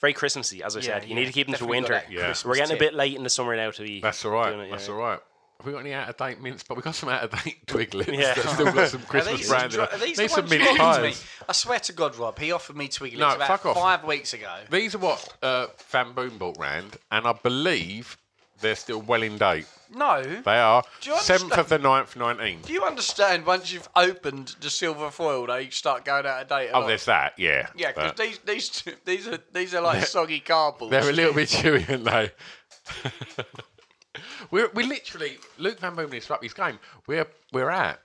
[SPEAKER 2] Very Christmassy, as I said. You
[SPEAKER 3] yeah.
[SPEAKER 2] need to keep them to
[SPEAKER 3] Definitely got
[SPEAKER 2] winter.
[SPEAKER 3] that
[SPEAKER 1] Yeah. Christmas
[SPEAKER 2] We're getting a
[SPEAKER 3] tip.
[SPEAKER 2] bit late in the summer now to be.
[SPEAKER 1] That's all right.
[SPEAKER 2] doing it,
[SPEAKER 1] That's
[SPEAKER 2] yeah.
[SPEAKER 1] all right. Have we got any out of date mints? But we got some out of date twiglets.
[SPEAKER 2] Yeah.
[SPEAKER 1] Yeah. That's still got some
[SPEAKER 3] Are
[SPEAKER 1] Christmas
[SPEAKER 3] these,
[SPEAKER 1] brand. in
[SPEAKER 3] dr-
[SPEAKER 1] it.
[SPEAKER 3] are these the
[SPEAKER 1] Need some
[SPEAKER 3] ones you
[SPEAKER 1] mince
[SPEAKER 3] offered me?
[SPEAKER 1] pies.
[SPEAKER 3] I swear to God, Rob, he offered me Twiglets
[SPEAKER 1] No,
[SPEAKER 3] about
[SPEAKER 1] fuck off.
[SPEAKER 3] five weeks ago.
[SPEAKER 1] These are what uh, Van Boom bought round, and I believe they're still well in date.
[SPEAKER 3] No.
[SPEAKER 1] They are
[SPEAKER 3] Do you
[SPEAKER 1] seventh of the 9th, 19.
[SPEAKER 3] Do you understand? Once you've opened the silver foil, they start going out of date. a
[SPEAKER 1] Oh,
[SPEAKER 3] lot?
[SPEAKER 1] there's that, yeah.
[SPEAKER 3] yeah, because
[SPEAKER 1] But
[SPEAKER 3] these these two, these are these are like soggy cardboard.
[SPEAKER 1] they're a little bit chewy, aren't they? we're, we literally, Luke Van Boom needs to up his game. We're, we're at,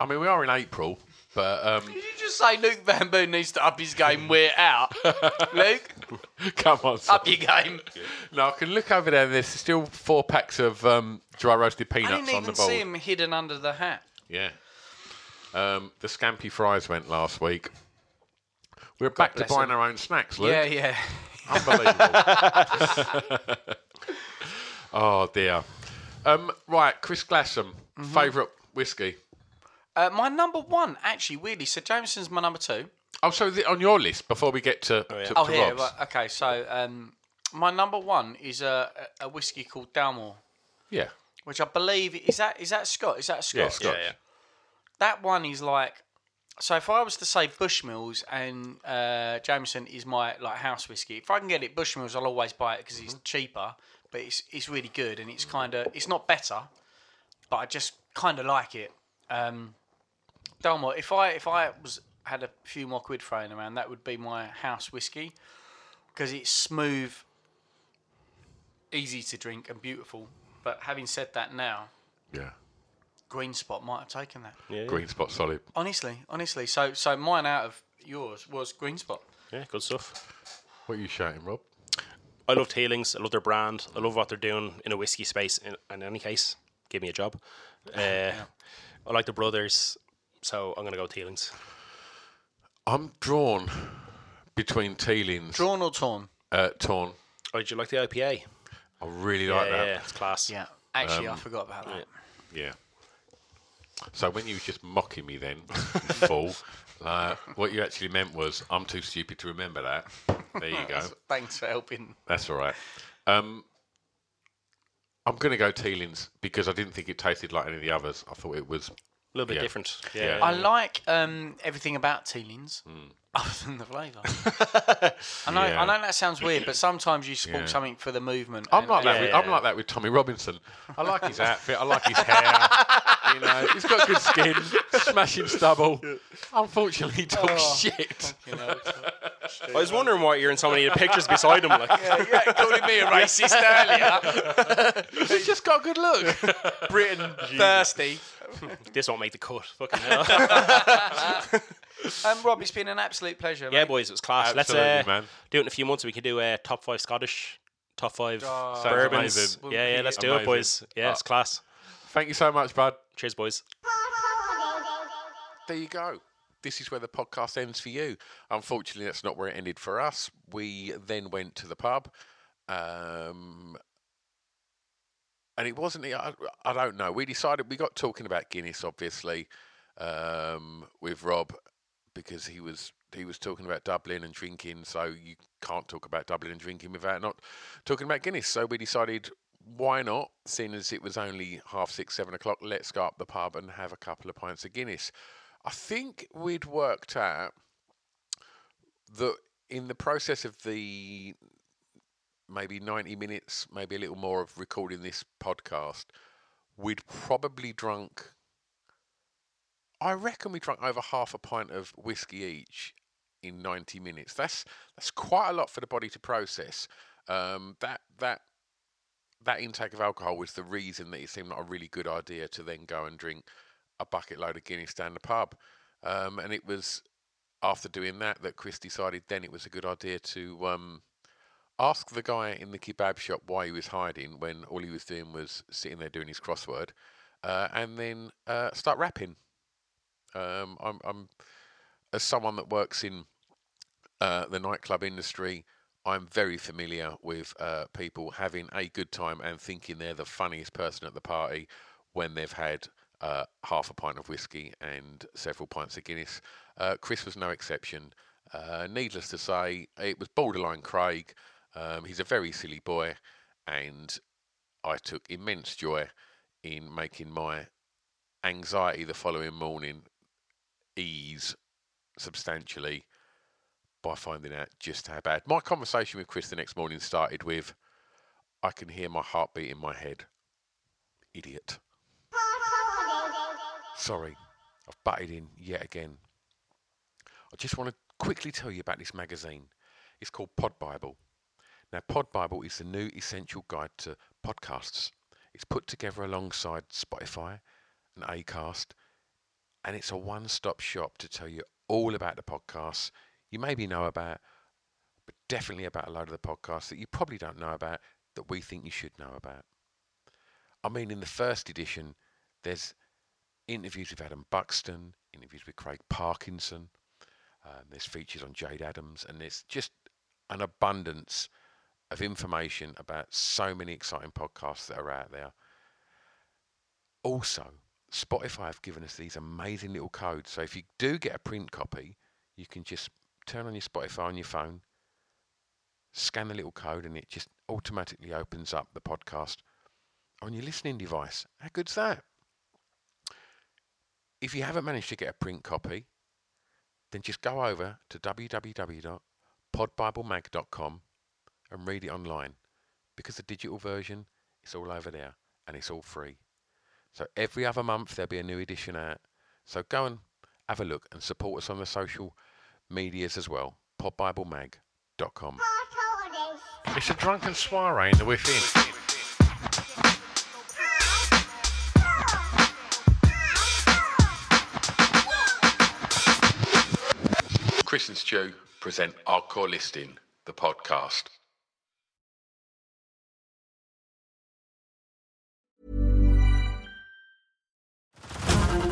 [SPEAKER 1] I mean, we are in April, but um,
[SPEAKER 3] Did you just say Luke Van Boon needs to up his game? We're out. Luke,
[SPEAKER 1] come on. son.
[SPEAKER 3] up your game.
[SPEAKER 1] No, I can look over there. There's still four packs of um, dry roasted
[SPEAKER 3] I
[SPEAKER 1] peanuts
[SPEAKER 3] didn't
[SPEAKER 1] on the
[SPEAKER 3] even
[SPEAKER 1] board.
[SPEAKER 3] see him hidden under the hat.
[SPEAKER 1] Yeah. Um, the scampy fries went last week. We're back to
[SPEAKER 3] bless
[SPEAKER 1] buying
[SPEAKER 3] him.
[SPEAKER 1] our own snacks, Luke.
[SPEAKER 3] Yeah, yeah.
[SPEAKER 1] Unbelievable. oh dear. Um, right, Chris Glassam,
[SPEAKER 3] Mm-hmm.
[SPEAKER 1] favourite whiskey.
[SPEAKER 3] Uh, my number one, actually, weirdly. So Jameson's my number two.
[SPEAKER 1] Oh, so the, on your list before we get to, to,
[SPEAKER 3] Oh,
[SPEAKER 1] to
[SPEAKER 3] here.
[SPEAKER 1] Rob's.
[SPEAKER 3] Right, okay, so um, my number one is a a a whiskey called Dalmore,
[SPEAKER 1] Yeah.
[SPEAKER 3] which I believe is that is that Scott? Is that Scott?
[SPEAKER 1] Yeah, Scotch.
[SPEAKER 2] yeah.
[SPEAKER 3] that one is like so if I was to say Bushmills and uh, Jameson is my like house whiskey, if I can get it Bushmills, I'll always buy it because it's cheaper, but it's it's really good and it's kind of it's not better, but I just kind of like it. Um, Delmore, if I if I was had a few more quid thrown around, that would be my house whiskey because it's smooth, easy to drink, and beautiful. But having said that, now
[SPEAKER 1] yeah.
[SPEAKER 3] Green Spot might have taken that.
[SPEAKER 1] Green spot solid.
[SPEAKER 3] Honestly, honestly. So, so mine out of yours was Green Spot.
[SPEAKER 2] Yeah, good stuff.
[SPEAKER 1] What are you shouting, Rob?
[SPEAKER 2] I love Tailings. I love their brand. I love what they're doing in a whiskey space. In, in any case, give me a job. Uh, I like the brothers, so I'm gonna go Tailings.
[SPEAKER 1] I'm drawn between Teelings,
[SPEAKER 3] Drawn or torn?
[SPEAKER 1] uh, Torn.
[SPEAKER 2] Oh, did you like the IPA?
[SPEAKER 1] I really
[SPEAKER 2] Yeah,
[SPEAKER 1] like
[SPEAKER 2] yeah,
[SPEAKER 1] that.
[SPEAKER 2] it's class.
[SPEAKER 3] Yeah. Actually, I forgot about that.
[SPEAKER 1] Um, Yeah. So when you was just mocking me then, you fool, like, what you actually meant was, I'm too stupid to remember that. There you go.
[SPEAKER 3] Thanks for helping.
[SPEAKER 1] That's all right. Um, I'm going to go Teelings because I didn't think it tasted like any of the others. I thought it was.
[SPEAKER 2] A little bit
[SPEAKER 1] Yeah.
[SPEAKER 2] different. Yeah.
[SPEAKER 1] Yeah.
[SPEAKER 3] I like um, everything about Teelings, other than the flavour. I know,
[SPEAKER 1] Hmm. Yeah.
[SPEAKER 3] I know that sounds weird, but sometimes you support
[SPEAKER 1] Yeah.
[SPEAKER 3] something for the movement.
[SPEAKER 1] I'm
[SPEAKER 3] and-
[SPEAKER 1] like that.
[SPEAKER 3] and-
[SPEAKER 1] with,
[SPEAKER 2] yeah,
[SPEAKER 1] I'm
[SPEAKER 2] yeah.
[SPEAKER 1] like that with Tommy Robinson. I like his outfit. I like his hair. you know, he's got good skin, smashing stubble. Unfortunately, he talks shit.
[SPEAKER 2] I was wondering why you're in so many of the pictures beside him. Like,
[SPEAKER 3] yeah, calling me a racist earlier.
[SPEAKER 1] He's just got a good look.
[SPEAKER 3] Britain thirsty
[SPEAKER 2] this won't make the cut. Fucking hell.
[SPEAKER 3] Um, Rob, it's been an absolute pleasure.
[SPEAKER 2] yeah,
[SPEAKER 3] mate.
[SPEAKER 2] boys, it was class. Let's uh,
[SPEAKER 1] Absolutely, man.
[SPEAKER 2] do it in a few months. We can do uh, top five Scottish, top five
[SPEAKER 3] Oh,
[SPEAKER 1] Sounds
[SPEAKER 2] bourbons.
[SPEAKER 1] amazing.
[SPEAKER 3] We'll
[SPEAKER 2] Yeah, yeah,
[SPEAKER 3] repeat
[SPEAKER 2] let's
[SPEAKER 3] it.
[SPEAKER 2] do it,
[SPEAKER 1] Amazing.
[SPEAKER 2] boys. Yeah,
[SPEAKER 1] Oh.
[SPEAKER 2] it's class.
[SPEAKER 1] Thank you so much, bud.
[SPEAKER 2] Cheers, boys.
[SPEAKER 1] There you go. This is where the podcast ends for you. Unfortunately, that's not where it ended for us. We then went to the pub. Um, and it wasn't, the- I, I don't know. We decided, we got talking about Guinness, obviously, um, with Rob because he was. He was talking about Dublin and drinking, so you can't talk about Dublin and drinking without not talking about Guinness. So we decided, why not? Seeing as it was only half six, seven o'clock, let's go up the pub and have a couple of pints of Guinness. I think we'd worked out that in the process of the maybe 90 minutes, maybe a little more of recording this podcast, we'd probably drunk, I reckon we drank over half a pint of whiskey each in 90 minutes. That's that's quite a lot for the body to process. Um, that that that intake of alcohol was the reason that it seemed like a really good idea to then go and drink a bucket load of Guinness down the pub. Um, and it was after doing that that Chris decided then it was a good idea to um, ask the guy in the kebab shop why he was hiding when all he was doing was sitting there doing his crossword, uh, and then uh, start rapping. Um, I'm, I'm as someone that works in uh, the nightclub industry, I'm very familiar with uh, people having a good time and thinking they're the funniest person at the party when they've had uh, half a pint of whiskey and several pints of Guinness. Uh, Chris was no exception. Uh, needless to say, it was borderline Craig. Um, he's a very silly boy, and I took immense joy in making my anxiety the following morning ease substantially by finding out just how bad. My conversation with Chris the next morning started with, I can hear my heartbeat in my head. Idiot. Sorry, I've butted in yet again. I just want to quickly tell you about this magazine. It's called Pod Bible. Now, Pod Bible is the new essential guide to podcasts. It's put together alongside Spotify and Acast and it's a one stop shop to tell you all about the podcasts you maybe know about, but definitely about a load of the podcasts that you probably don't know about that we think you should know about. I mean, in the first edition, there's interviews with Adam Buxton, interviews with Craig Parkinson, um, there's features on Jade Adams, and there's just an abundance of information about so many exciting podcasts that are out there. Also, Spotify have given us these amazing little codes. So if you do get a print copy, you can just turn on your Spotify on your phone, scan the little code, and it just automatically opens up the podcast on your listening device. How good's that? If you haven't managed to get a print copy, then just go over to www.podbiblemag.com and read it online because the digital version is all over there and it's all free. So every other month there'll be a new edition out. So go and have a look and support us on the social medias as well. PodBibleMag.com. It's a drunken soiree in the within. Chris and Stu present Our Core Listing, the podcast.